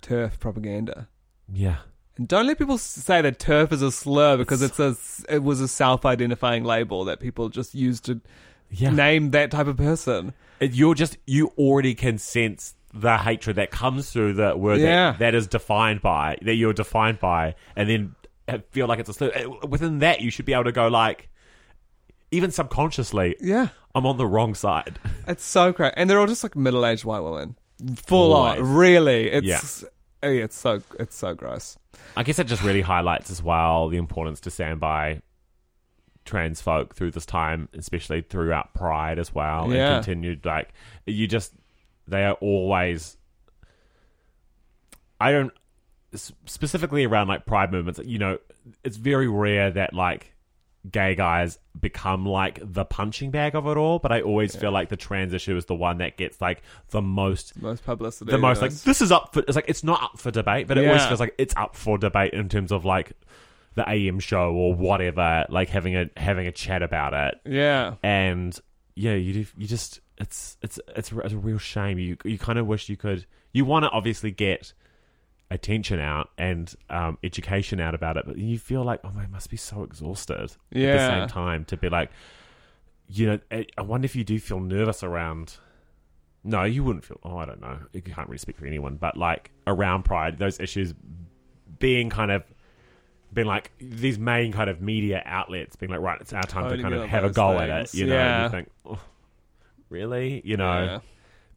Speaker 2: turf propaganda.
Speaker 3: Yeah.
Speaker 2: And don't let people s- say that turf is a slur because it's a s- it was a self-identifying label that people just used to
Speaker 3: Yeah.
Speaker 2: name that type of person.
Speaker 3: It- you're just you already can sense the hatred that comes through the word
Speaker 2: Yeah.
Speaker 3: that, that is defined by that you're defined by and then feel like it's a slur Uh, within that you should be able to go like even subconsciously
Speaker 2: Yeah,
Speaker 3: i'm on the wrong side
Speaker 2: it's so great, and they're all just like middle-aged white women, full
Speaker 3: Always.
Speaker 2: on. Really, it's oh, yeah, it's so it's so gross.
Speaker 3: I guess it just really highlights as well the importance to stand by trans folk through this time, especially throughout Pride as well,
Speaker 2: Yeah.
Speaker 3: and continued like you just they are always. I don't s- specifically around like Pride movements. You know, it's very rare that like gay guys become like the punching bag of it all. But I always feel like the trans issue is the one that gets like the most
Speaker 2: Most publicity.
Speaker 3: the most like
Speaker 2: most-
Speaker 3: this is up for it's like it's not up for debate, but it always
Speaker 2: Yeah.
Speaker 3: feels like it's up for debate in terms of like the AM show or whatever, like having a having a chat about it.
Speaker 2: yeah.
Speaker 3: And yeah, you do, you just it's it's it's a real shame. You you kind of wish you could you want to obviously get attention out and um, education out about it, but you feel like oh, I must be so exhausted at the
Speaker 2: Yeah.
Speaker 3: same time to be like you know, I I wonder if you do feel nervous around. No, you wouldn't feel. Oh, I don't know. You can't really speak for anyone, but like around pride, those issues being kind of been like these main kind of media outlets being like, right, it's our time to
Speaker 2: Only
Speaker 3: kind of
Speaker 2: got
Speaker 3: have a
Speaker 2: those
Speaker 3: go at it.
Speaker 2: things.
Speaker 3: You know,
Speaker 2: Yeah.
Speaker 3: you think, oh, really? You know,
Speaker 2: Yeah.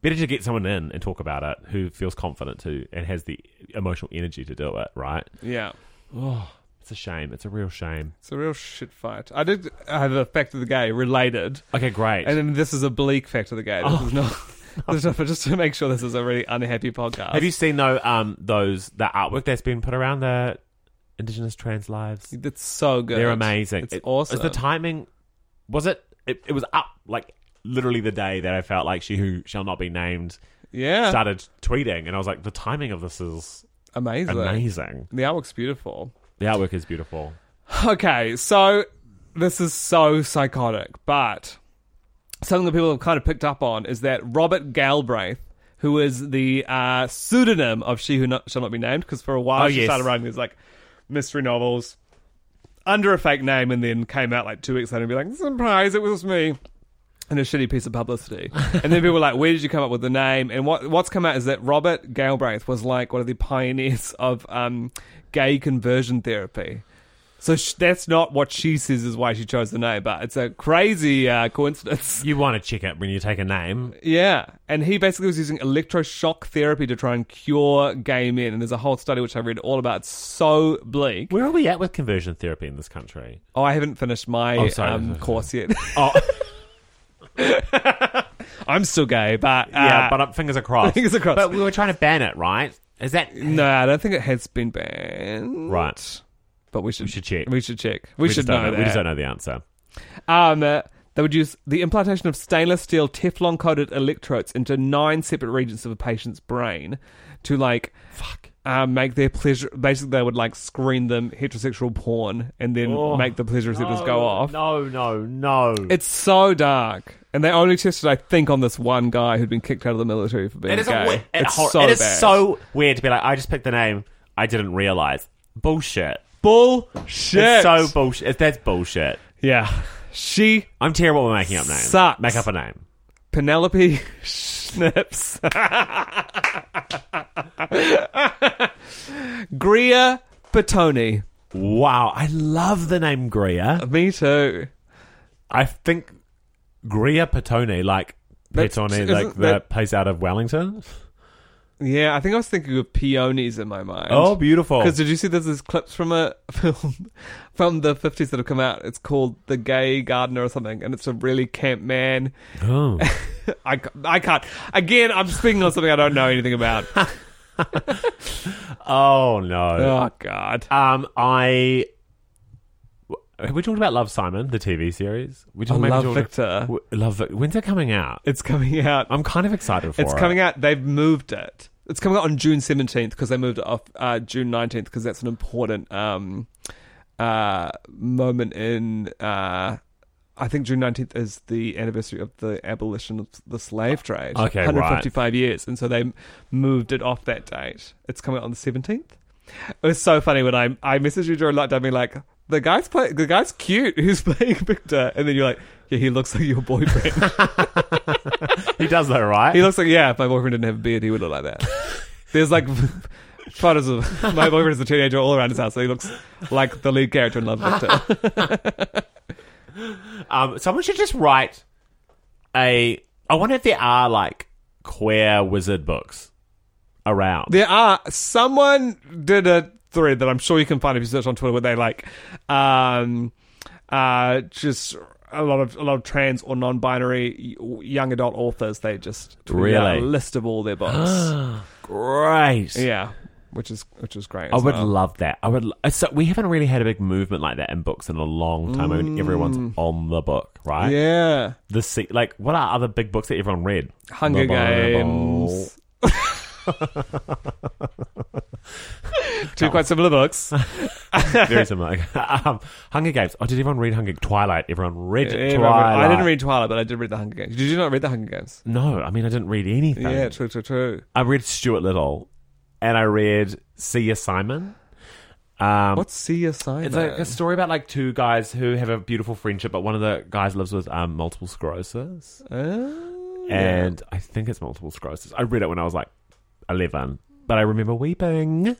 Speaker 3: better to get someone in and talk about it who feels confident to and has the emotional energy to do it. Right?
Speaker 2: Yeah.
Speaker 3: It's a shame. It's a real shame.
Speaker 2: It's a real shit fight. I did have a fact of the gay related,
Speaker 3: Okay, great.
Speaker 2: and then this is a bleak fact of the gay. This
Speaker 3: Oh.
Speaker 2: is not. This is not, but just to make sure this is a really unhappy podcast.
Speaker 3: Have you seen though um those the artwork that's been put around the Indigenous trans lives?
Speaker 2: That's so good.
Speaker 3: They're amazing.
Speaker 2: It's
Speaker 3: It-
Speaker 2: awesome.
Speaker 3: Is the timing? Was it, it? It was up like literally the day that I felt like she who shall not be named
Speaker 2: yeah,
Speaker 3: started tweeting, and I was like, the timing of this is
Speaker 2: amazing.
Speaker 3: amazing.
Speaker 2: The artwork's beautiful.
Speaker 3: The artwork is beautiful.
Speaker 2: Okay, so this is so psychotic, but something that people have kind of picked up on is that Robert Galbraith, who is the uh, pseudonym of She Who Not, Shall Not Be Named, because for a while
Speaker 3: Oh,
Speaker 2: she
Speaker 3: yes.
Speaker 2: started writing these like mystery novels under a fake name, and then came out like two weeks later and be like, "Surprise, it was me." And a shitty piece of publicity. And then people were like, Where did you come up with the name? And what what's come out is that Robert Galbraith was like one of the pioneers of um, gay conversion therapy. So sh- that's not what she says is why she chose the name, but it's a crazy uh, coincidence.
Speaker 3: You want to check it when you take a name.
Speaker 2: Yeah, and he basically was using electroshock therapy to try and cure gay men, and there's a whole study which I read all about. It's so bleak.
Speaker 3: Where are we at with conversion therapy in this country?
Speaker 2: Oh, I haven't finished my
Speaker 3: Oh, sorry.
Speaker 2: um, course yet.
Speaker 3: Oh,
Speaker 2: I'm still gay, but uh,
Speaker 3: yeah, but uh, fingers are crossed.
Speaker 2: Fingers are crossed.
Speaker 3: But we were trying to ban it, right? Is that
Speaker 2: no, I don't think it has been banned.
Speaker 3: right?
Speaker 2: but we should
Speaker 3: should check.
Speaker 2: We should check. We, should
Speaker 3: just don't
Speaker 2: know.
Speaker 3: We just
Speaker 2: that.
Speaker 3: don't know the answer.
Speaker 2: Um, uh, they would use the implantation of stainless steel Teflon coated electrodes into nine separate regions of a patient's brain to like fuck um, make their pleasure. Basically, they would like screen them heterosexual porn and then
Speaker 3: Oh.
Speaker 2: make the pleasure receptors go off.
Speaker 3: No, no, no.
Speaker 2: It's so dark. And they only tested, I think, on this one guy who'd been kicked out of the military for being
Speaker 3: it is
Speaker 2: gay.
Speaker 3: a we- it
Speaker 2: it's
Speaker 3: hor-
Speaker 2: so
Speaker 3: it is
Speaker 2: bad.
Speaker 3: so weird to be like, I just picked the name, I didn't realize. Bullshit.
Speaker 2: bullshit.
Speaker 3: It's so bullshit. It's- That's bullshit.
Speaker 2: yeah, she
Speaker 3: I'm terrible at making up names.
Speaker 2: Sucks.
Speaker 3: Make up a name.
Speaker 2: Penelope Schnips. Gria Petoni.
Speaker 3: Wow, I love the name Gria.
Speaker 2: Me too.
Speaker 3: I think Gria Petone, like
Speaker 2: That's-
Speaker 3: Petone,
Speaker 2: isn't
Speaker 3: like the
Speaker 2: that-
Speaker 3: place out of Wellington.
Speaker 2: Yeah, I think I was thinking of peonies in my mind.
Speaker 3: Oh, beautiful.
Speaker 2: Because did you see there's these clips from a film from the 50s that have come out? It's called The Gay Gardener or something, and it's a really camp man.
Speaker 3: Oh.
Speaker 2: I, ca- I can't. Again, I'm speaking on something I don't know anything about.
Speaker 3: Oh, no.
Speaker 2: oh, God.
Speaker 3: Um, I. Have we talked about Love Simon, the TV series? We
Speaker 2: I
Speaker 3: maybe
Speaker 2: love
Speaker 3: talked-
Speaker 2: Victor.
Speaker 3: W- Love Victor. When's it coming out?
Speaker 2: It's coming out.
Speaker 3: I'm kind of excited for
Speaker 2: It's
Speaker 3: it.
Speaker 2: coming out. They've moved it. It's coming out on June seventeenth because they moved it off uh, June nineteenth because that's an important um, uh, moment in. Uh, I think June nineteenth is the anniversary of the abolition of the slave trade.
Speaker 3: Oh, Okay, right.
Speaker 2: one hundred fifty-five years, and so they m- moved it off that date. It's coming out on the seventeenth. It was so funny when I I messaged you during lockdown, being like, "The guy's play, the guy's cute. Who's playing Victor?" And then you're like, "Yeah, he looks like your boyfriend."
Speaker 3: He does though, right?
Speaker 2: He looks like yeah. If my boyfriend didn't have a beard, he would look like that. There's like photos of my boyfriend is a teenager all around his house, so he looks like the lead character in Love Victor.
Speaker 3: um, someone should just write a. I wonder if there are like queer wizard books. around.
Speaker 2: There are someone did a thread that I'm sure you can find if you search on Twitter where they like um uh just a lot of a lot of trans or non-binary y- young adult authors they just tweeted out a
Speaker 3: Really?
Speaker 2: list of all their books.
Speaker 3: Great.
Speaker 2: yeah, which is which is great.
Speaker 3: I
Speaker 2: as
Speaker 3: would
Speaker 2: well.
Speaker 3: love that. I would. l- So we haven't really had a big movement like that in books in a long time. I mean, everyone's on the book, right?
Speaker 2: Mm. Yeah,
Speaker 3: The se- like, what are other big books that everyone read?
Speaker 2: Hunger
Speaker 3: The Bible.
Speaker 2: Games. Two quite similar books.
Speaker 3: Very similar. um, Hunger Games. Oh, did everyone read Hunger Twilight? Everyone read
Speaker 2: Everyone-
Speaker 3: Twilight.
Speaker 2: Eh, I didn't read Twilight, but I did read The Hunger Games. Did you not read The Hunger Games?
Speaker 3: No, I mean I didn't read anything.
Speaker 2: Yeah, true, true, true.
Speaker 3: I read Stuart Little, and I read See Ya Simon. Um,
Speaker 2: What's Sea Simon?
Speaker 3: It's like a story about like two guys who have a beautiful friendship, but one of the guys lives with um, multiple sclerosis,
Speaker 2: Oh.
Speaker 3: and I think it's multiple sclerosis. I read it when I was like eleven, but I remember weeping.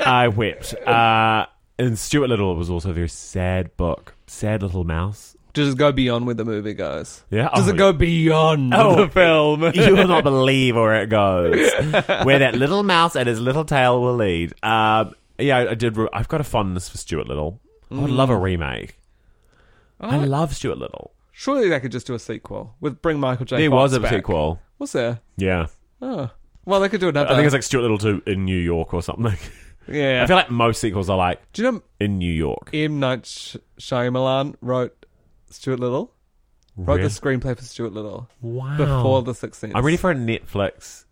Speaker 3: I wept. Uh, and Stuart Little was also a very sad book. Sad little mouse.
Speaker 2: Does it go beyond where the movie goes?
Speaker 3: Yeah.
Speaker 2: Does
Speaker 3: Oh,
Speaker 2: it go beyond
Speaker 3: Oh.
Speaker 2: the film?
Speaker 3: you will not believe where it goes, where that little mouse and his little tail will lead. Um, yeah, I, I did. Re- I've got a fondness for Stuart Little. I would
Speaker 2: Hmm.
Speaker 3: love a remake. I love Stuart Little.
Speaker 2: Surely they could just do a sequel with bring Michael J.
Speaker 3: There
Speaker 2: Fox
Speaker 3: was a
Speaker 2: back.
Speaker 3: sequel.
Speaker 2: Was there?
Speaker 3: Yeah.
Speaker 2: Oh. Well, they could do another.
Speaker 3: I think it's like Stuart Little 2 in New York or something.
Speaker 2: yeah.
Speaker 3: I feel like most sequels are like
Speaker 2: do you know
Speaker 3: in New York.
Speaker 2: M Night Sh- Shyamalan wrote Stuart Little? Wrote the
Speaker 3: Really?
Speaker 2: screenplay for Stuart Little
Speaker 3: Wow.
Speaker 2: before the Sixth Sense.
Speaker 3: I'm ready for a Netflix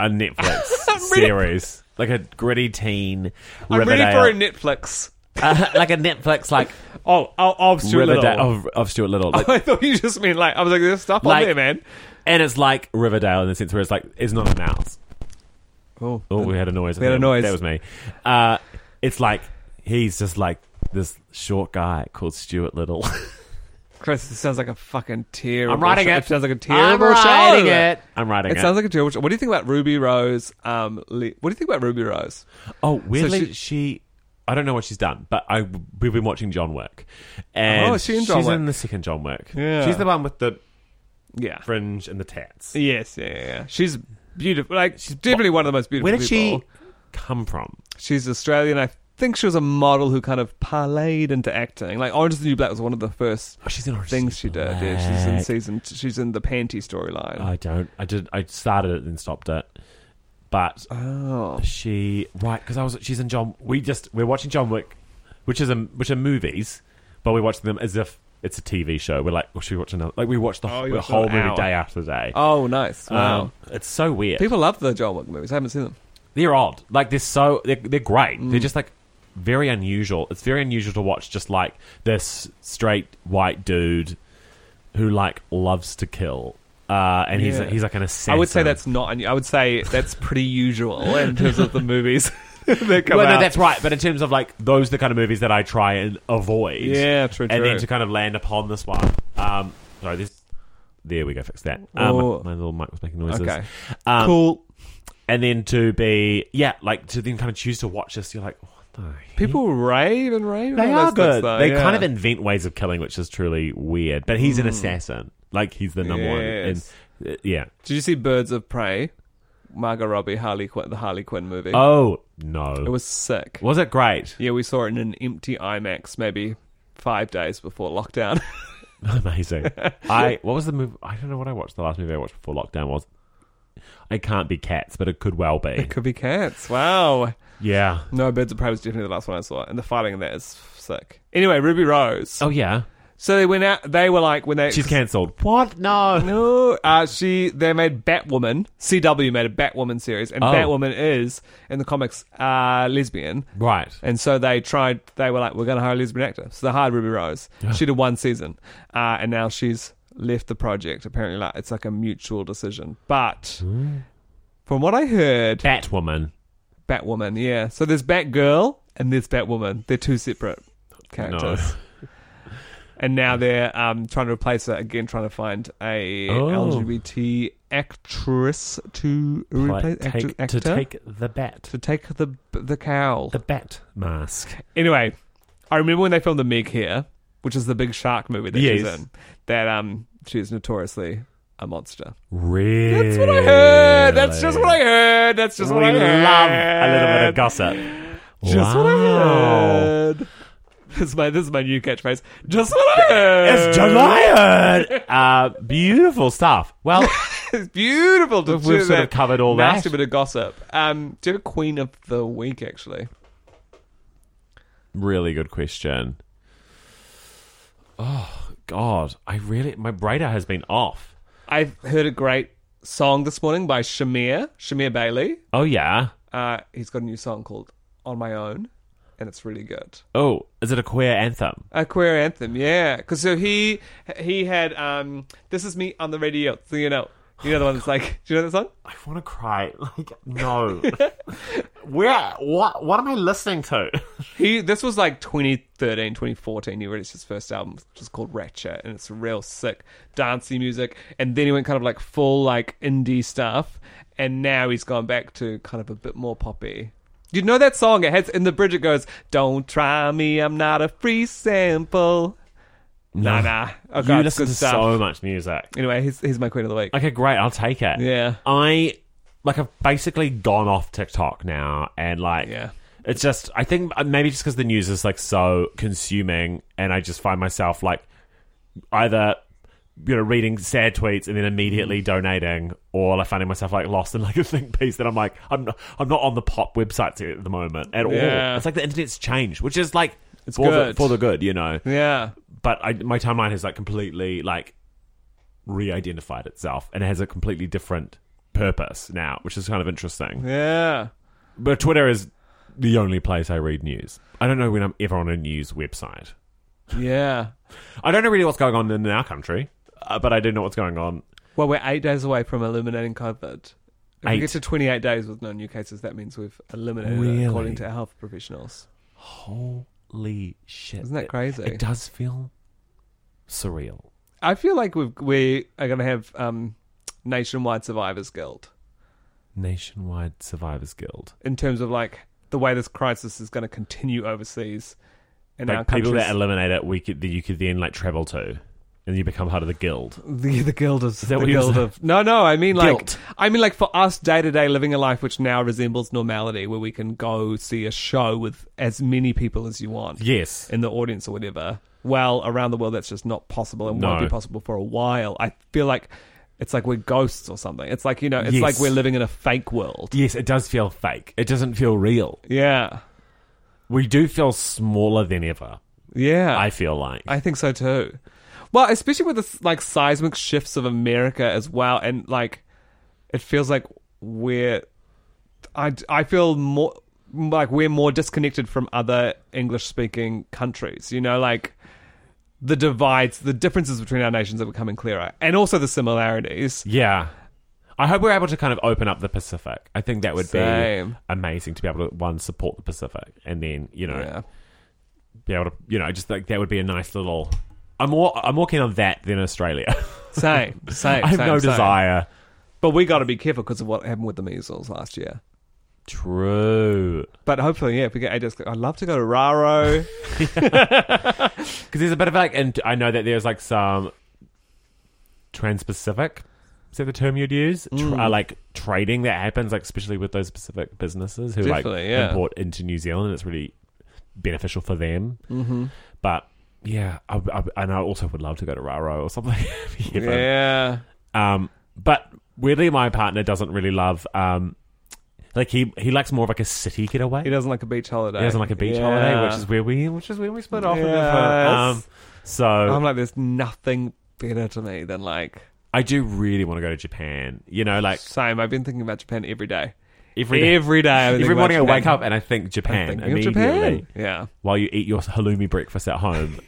Speaker 3: a Netflix series. Like a gritty teen
Speaker 2: I'm ready
Speaker 3: Riverdale.
Speaker 2: for a Netflix.
Speaker 3: uh, like a Netflix like
Speaker 2: Oh, oh, oh Stuart
Speaker 3: Riverdale
Speaker 2: Little.
Speaker 3: of, of Stuart Little. Like,
Speaker 2: I thought you just mean like I was like there's stuff on
Speaker 3: Like-
Speaker 2: there, man.
Speaker 3: and it's like Riverdale in the sense where it's like it's not a mouse.
Speaker 2: Oh,
Speaker 3: Oh, we had a noise.
Speaker 2: We had a noise.
Speaker 3: That was me. Uh, it's like he's just like this short guy called Stuart Little.
Speaker 2: Chris, it sounds like a fucking terrible.
Speaker 3: I'm writing
Speaker 2: show.
Speaker 3: it.
Speaker 2: It sounds like a terrible
Speaker 3: I'm
Speaker 2: show.
Speaker 3: writing it. I'm writing it.
Speaker 2: It sounds like a terrible show. What do you think about Ruby Rose? Um, Le- what do you think about Ruby Rose?
Speaker 3: oh, weirdly,
Speaker 2: she-
Speaker 3: she, I don't know what she's done, but I we've been watching John Wick, and
Speaker 2: Oh, is she in John
Speaker 3: she's
Speaker 2: Wick?
Speaker 3: in the second John Wick.
Speaker 2: Yeah.
Speaker 3: she's the one with the
Speaker 2: Yeah.
Speaker 3: fringe and the tats.
Speaker 2: Yes. Yeah. yeah, yeah. She's beautiful. Like she's definitely one of the most beautiful.
Speaker 3: Where did
Speaker 2: people.
Speaker 3: she come from?
Speaker 2: She's Australian. I think she was a model who kind of parlayed into acting. Like Orange is the New Black was one of the first
Speaker 3: Oh, she's in Orange is the
Speaker 2: things she
Speaker 3: New
Speaker 2: did. Yeah, she's in
Speaker 3: Black.
Speaker 2: season. She's in the panty storyline.
Speaker 3: I don't. I did. I started it and stopped it, but
Speaker 2: oh.
Speaker 3: she right because I was. She's in John. We just we're watching John Wick, which is a which are movies, but we're watching them as if it's a TV show. We're like, oh, should we watch another? Like we watch the,
Speaker 2: Oh, you
Speaker 3: the
Speaker 2: watch
Speaker 3: whole
Speaker 2: another
Speaker 3: movie
Speaker 2: hour.
Speaker 3: day after day.
Speaker 2: Oh, nice. Wow.
Speaker 3: Um, it's so weird.
Speaker 2: People love the John Wick movies. I haven't seen them.
Speaker 3: they're odd. Like they're so they're, they're great.
Speaker 2: Mm.
Speaker 3: They're just like very unusual. It's very unusual to watch just like this straight white dude who like loves to kill. Uh, and
Speaker 2: Yeah.
Speaker 3: he's he's like an assassin.
Speaker 2: I would say that's not. Unusual. I would say that's pretty usual in terms of the movies that come
Speaker 3: well,
Speaker 2: out.
Speaker 3: no, that's right. But in terms of like those, are the kind of movies that I try and avoid.
Speaker 2: Yeah, true,
Speaker 3: And
Speaker 2: true.
Speaker 3: then to kind of land upon this one. Um, sorry, this. There we go. Fix that. Um,
Speaker 2: Oh.
Speaker 3: my little mic was making noises.
Speaker 2: Okay.
Speaker 3: Um,
Speaker 2: cool.
Speaker 3: And then to be yeah, like to then kind of choose to watch this. You're like, what the heck?
Speaker 2: People rave and rave.
Speaker 3: They
Speaker 2: and
Speaker 3: are
Speaker 2: all those things,
Speaker 3: good.
Speaker 2: though,
Speaker 3: They
Speaker 2: yeah. Hmm.
Speaker 3: kind of invent ways of killing, which is truly weird. But he's an assassin. Like he's the number
Speaker 2: Yes.
Speaker 3: one. And, uh, yeah.
Speaker 2: Did you see Birds of Prey? Margot Robbie, Harley Quinn, the Harley Quinn movie.
Speaker 3: Oh no.
Speaker 2: it was sick.
Speaker 3: was it great?
Speaker 2: Yeah, we saw it in an empty IMAX maybe five days before lockdown.
Speaker 3: Amazing. I what was the movie? I don't know what I watched. The last movie I watched before lockdown was. I can't be cats, but it could well be.
Speaker 2: Could be cats. Wow.
Speaker 3: Yeah.
Speaker 2: No, Birds of Prey was definitely the last one I saw, and the fighting in that is sick. Anyway, Ruby Rose.
Speaker 3: Oh yeah.
Speaker 2: So they went out. They were like when they
Speaker 3: She's cancelled. What? No.
Speaker 2: No, uh, she they made Batwoman. CW made a Batwoman series, and
Speaker 3: Oh.
Speaker 2: Batwoman is in the comics uh, lesbian.
Speaker 3: Right.
Speaker 2: And so they tried. They were like, "We're going to hire a lesbian actor." So they hired Ruby Rose. She did one season, uh, and now she's left the project. Apparently, like it's like a mutual decision. But from what I heard,
Speaker 3: Batwoman.
Speaker 2: Batwoman, yeah. So there's Batgirl and there's Batwoman. They're two separate characters. And now they're um, trying to replace her again, trying to find a
Speaker 3: Oh.
Speaker 2: LGBT actress to replace
Speaker 3: Like, take,
Speaker 2: actor,
Speaker 3: to
Speaker 2: actor?
Speaker 3: take the bat.
Speaker 2: to take the the cowl.
Speaker 3: The bat mask.
Speaker 2: Anyway, I remember when they filmed the Meg here, which is the big shark movie that she's
Speaker 3: Yes.
Speaker 2: in. That um, she's notoriously a monster.
Speaker 3: Really?
Speaker 2: That's what I heard. That's just what I heard. That's just
Speaker 3: We
Speaker 2: what I
Speaker 3: love
Speaker 2: heard.
Speaker 3: a little bit of gossip.
Speaker 2: Just what I heard. This is my this is my new catchphrase. Just what I heard.
Speaker 3: It's July. uh, beautiful stuff. Well,
Speaker 2: It's beautiful to
Speaker 3: We've
Speaker 2: do
Speaker 3: sort of
Speaker 2: that
Speaker 3: covered all that.
Speaker 2: nasty bit of gossip. Um, do you have a queen of the week actually?
Speaker 3: really good question. Oh God, I really my radar has been off.
Speaker 2: I heard a great song this morning by Shamir Shamir Bailey.
Speaker 3: Oh yeah.
Speaker 2: Uh, he's got a new song called "On My Own," and it's really good.
Speaker 3: Oh, is it a queer anthem?
Speaker 2: A queer anthem, yeah. Because so he he had um, "This Is Me" on the radio. So you know, you know the one that's like, do you know that song?
Speaker 3: I want to cry. Like no. Where? What? What am I listening to?
Speaker 2: He this was like 2013, 2014. He released his first album, which is called Ratchet, and it's real sick dancey music. And then he went kind of like full like indie stuff, and now he's gone back to kind of a bit more poppy. You know that song? It has in the bridge. It goes, "Don't try me, I'm not a free sample." Nah, nah. Okay,
Speaker 3: you
Speaker 2: it's
Speaker 3: listen
Speaker 2: good
Speaker 3: to
Speaker 2: stuff.
Speaker 3: so much music.
Speaker 2: Anyway, he's he's my queen of the week.
Speaker 3: Okay, great. I'll take it.
Speaker 2: Yeah.
Speaker 3: I like. I've basically gone off TikTok now, and like,
Speaker 2: Yeah.
Speaker 3: It's just. I think uh, maybe just because the news is like so consuming, and I just find myself like either you know reading sad tweets and then immediately
Speaker 2: Mm.
Speaker 3: donating, or like finding myself like lost in like a think piece that I'm like I'm not, I'm not on the pop websites at the moment at
Speaker 2: Yeah.
Speaker 3: all. It's like the internet's changed, which is like.
Speaker 2: It's
Speaker 3: for The,
Speaker 2: good.
Speaker 3: for the good, you know
Speaker 2: Yeah.
Speaker 3: but I, my timeline has like completely like re-identified itself and it has a completely different purpose now which is kind of interesting
Speaker 2: Yeah.
Speaker 3: but twitter is the only place i read news i don't know when i'm ever on a news website
Speaker 2: Yeah.
Speaker 3: i don't know really what's going on in our country uh, but i do know what's going on
Speaker 2: Well, we're eight days away from eliminating COVID. If we
Speaker 3: Eight.
Speaker 2: get to 28 days with no new cases, that means we've eliminated
Speaker 3: Really?
Speaker 2: it, according to health professionals.
Speaker 3: holy shit
Speaker 2: Isn't that
Speaker 3: It-
Speaker 2: crazy?
Speaker 3: it does feel surreal
Speaker 2: I feel like we've, we are going to have um, nationwide survivors guild
Speaker 3: nationwide survivors guild
Speaker 2: in terms of like the way this crisis is going to continue overseas in our
Speaker 3: like people
Speaker 2: countries.
Speaker 3: that eliminate it we could that you could then like travel to and you become part of the guild
Speaker 2: the, the guild of
Speaker 3: that
Speaker 2: the
Speaker 3: what you
Speaker 2: guild
Speaker 3: said?
Speaker 2: of no no I mean like
Speaker 3: Guilt.
Speaker 2: I mean like for us day to day living a life which now resembles normality where we can go see a show with as many people as you want
Speaker 3: yes
Speaker 2: in the audience or whatever. Well, around the world, that's just not possible and won't
Speaker 3: No.
Speaker 2: be possible for a while. I feel like it's like we're ghosts or something. It's like, you know, it's
Speaker 3: Yes.
Speaker 2: like we're living in a fake world.
Speaker 3: Yes, it does feel fake. It doesn't feel real.
Speaker 2: Yeah.
Speaker 3: We do feel smaller than ever.
Speaker 2: Yeah.
Speaker 3: I feel like.
Speaker 2: Uh, I think so too. Well, especially with this like seismic shifts of America as well, and like it feels like we're. I I feel more like we're more disconnected from other English speaking countries. You know, like the divides, the differences between our nations are becoming clearer, and also the similarities.
Speaker 3: yeah. I hope we're able to kind of open up the Pacific. I think that would be
Speaker 2: Same.
Speaker 3: amazing to be able to one support the Pacific and then, you know,
Speaker 2: Yeah.
Speaker 3: be able to, you know, just like that would be a nice little I'm more I'm more keen on that than Australia.
Speaker 2: Same, same.
Speaker 3: I have
Speaker 2: same,
Speaker 3: no
Speaker 2: same.
Speaker 3: desire.
Speaker 2: but we got to be careful because of what happened with the measles last year.
Speaker 3: True.
Speaker 2: But hopefully, yeah, if we get ADOS, I'd love to go to Raro.
Speaker 3: Because there's a bit of like, and I know that there's like some trans-Pacific. Is that the term you'd use?
Speaker 2: Mm.
Speaker 3: Tr- uh, like trading that happens, like especially with those specific businesses who like
Speaker 2: Definitely, yeah.
Speaker 3: import into New Zealand, and it's really beneficial for them. Mm-hmm. But yeah, I, I, and I also would love to go to Raro or something. Even.
Speaker 2: yeah.
Speaker 3: Um, but weirdly, my partner doesn't really love. Um, like he he likes more of like a city getaway.
Speaker 2: He doesn't like a beach holiday.
Speaker 3: He doesn't like a beach
Speaker 2: Yeah.
Speaker 3: holiday, which is where we which is where we split off.
Speaker 2: Yes.
Speaker 3: Um, so
Speaker 2: I'm like, there's nothing better to me than like
Speaker 3: I do really want to go to Japan. You know, like
Speaker 2: same. I've been thinking about Japan every day.
Speaker 3: every day, every,
Speaker 2: Every day. I've been thinking
Speaker 3: morning I
Speaker 2: about
Speaker 3: wake
Speaker 2: Japan.
Speaker 3: up and I think Japan
Speaker 2: I'm thinking of
Speaker 3: immediately
Speaker 2: Japan. Yeah.
Speaker 3: while you eat your halloumi breakfast at home.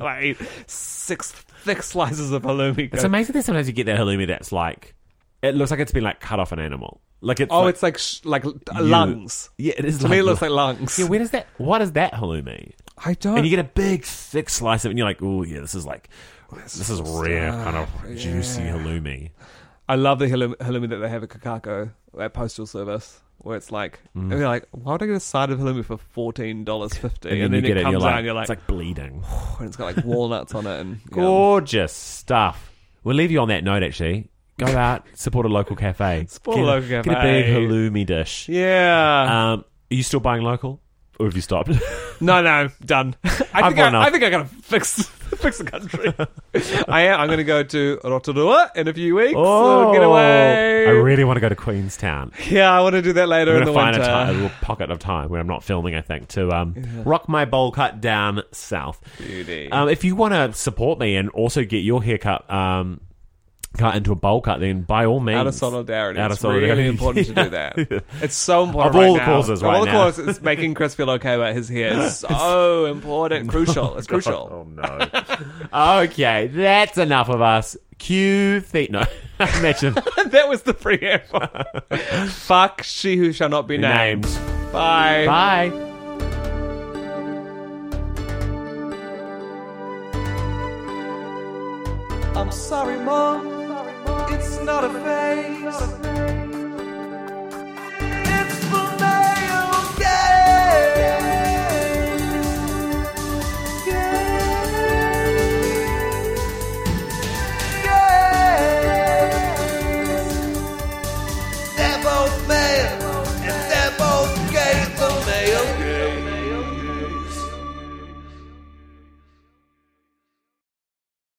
Speaker 2: I eat six thick slices of halloumi.
Speaker 3: it's amazing that sometimes you get that halloumi that's like it looks like it's been like cut off an animal. Like it's
Speaker 2: Oh,
Speaker 3: like,
Speaker 2: it's like sh- like l-
Speaker 3: you-
Speaker 2: lungs.
Speaker 3: Yeah, it is.
Speaker 2: To me, it looks like lungs.
Speaker 3: Yeah, where does that? What is that halloumi?
Speaker 2: I don't.
Speaker 3: And you get a big thick slice of it, and you're like, oh yeah, this is like this is rare kind of juicy halloumi.
Speaker 2: I love the halloumi, halloumi that they have at Kakako, at Postal Service. Where it's like,
Speaker 3: Mm.
Speaker 2: and you're like, why would I get a side of halloumi for fourteen dollars fifty? And, then, it comes out, and you're like,
Speaker 3: it's like bleeding.
Speaker 2: and it's got like walnuts on it, and yeah.
Speaker 3: Gorgeous stuff. We'll leave you on that note, actually. Go out, support a local cafe.
Speaker 2: Support a
Speaker 3: Get
Speaker 2: local
Speaker 3: Get a
Speaker 2: cafe.
Speaker 3: big halloumi dish.
Speaker 2: Yeah.
Speaker 3: Um, are you still buying local? Or have you stopped?
Speaker 2: no, no, done. I
Speaker 3: I've
Speaker 2: think
Speaker 3: won
Speaker 2: I,
Speaker 3: enough.
Speaker 2: I think I gotta fix fix the country. I am. I'm gonna go to Rotorua in a few weeks. so get away.
Speaker 3: Oh, I really want to go to Queenstown.
Speaker 2: yeah, I want to do that later
Speaker 3: I'm
Speaker 2: in
Speaker 3: going
Speaker 2: the
Speaker 3: to find a,
Speaker 2: winter.
Speaker 3: ti- a little pocket of time when I'm not filming, I think, to um, rock my bowl cut down south.
Speaker 2: Beauty.
Speaker 3: Um, if you want to support me and also get your haircut um, cut into a bowl cut, then by all means.
Speaker 2: out of solidarity.
Speaker 3: Out of
Speaker 2: it's
Speaker 3: solidarity.
Speaker 2: really important to do that. It's so important.
Speaker 3: Of all
Speaker 2: right
Speaker 3: the
Speaker 2: now. of
Speaker 3: causes right
Speaker 2: all the
Speaker 3: now.
Speaker 2: causes, it's making Chris feel okay about his hair. It's so important, crucial. It's crucial.
Speaker 3: Oh, no. okay, that's enough of us. Cue the No, imagine.
Speaker 2: that was the free air. Fuck she who shall not be named.
Speaker 3: Names.
Speaker 2: Bye.
Speaker 3: Bye.
Speaker 4: I'm sorry, Mom. It's not a phase.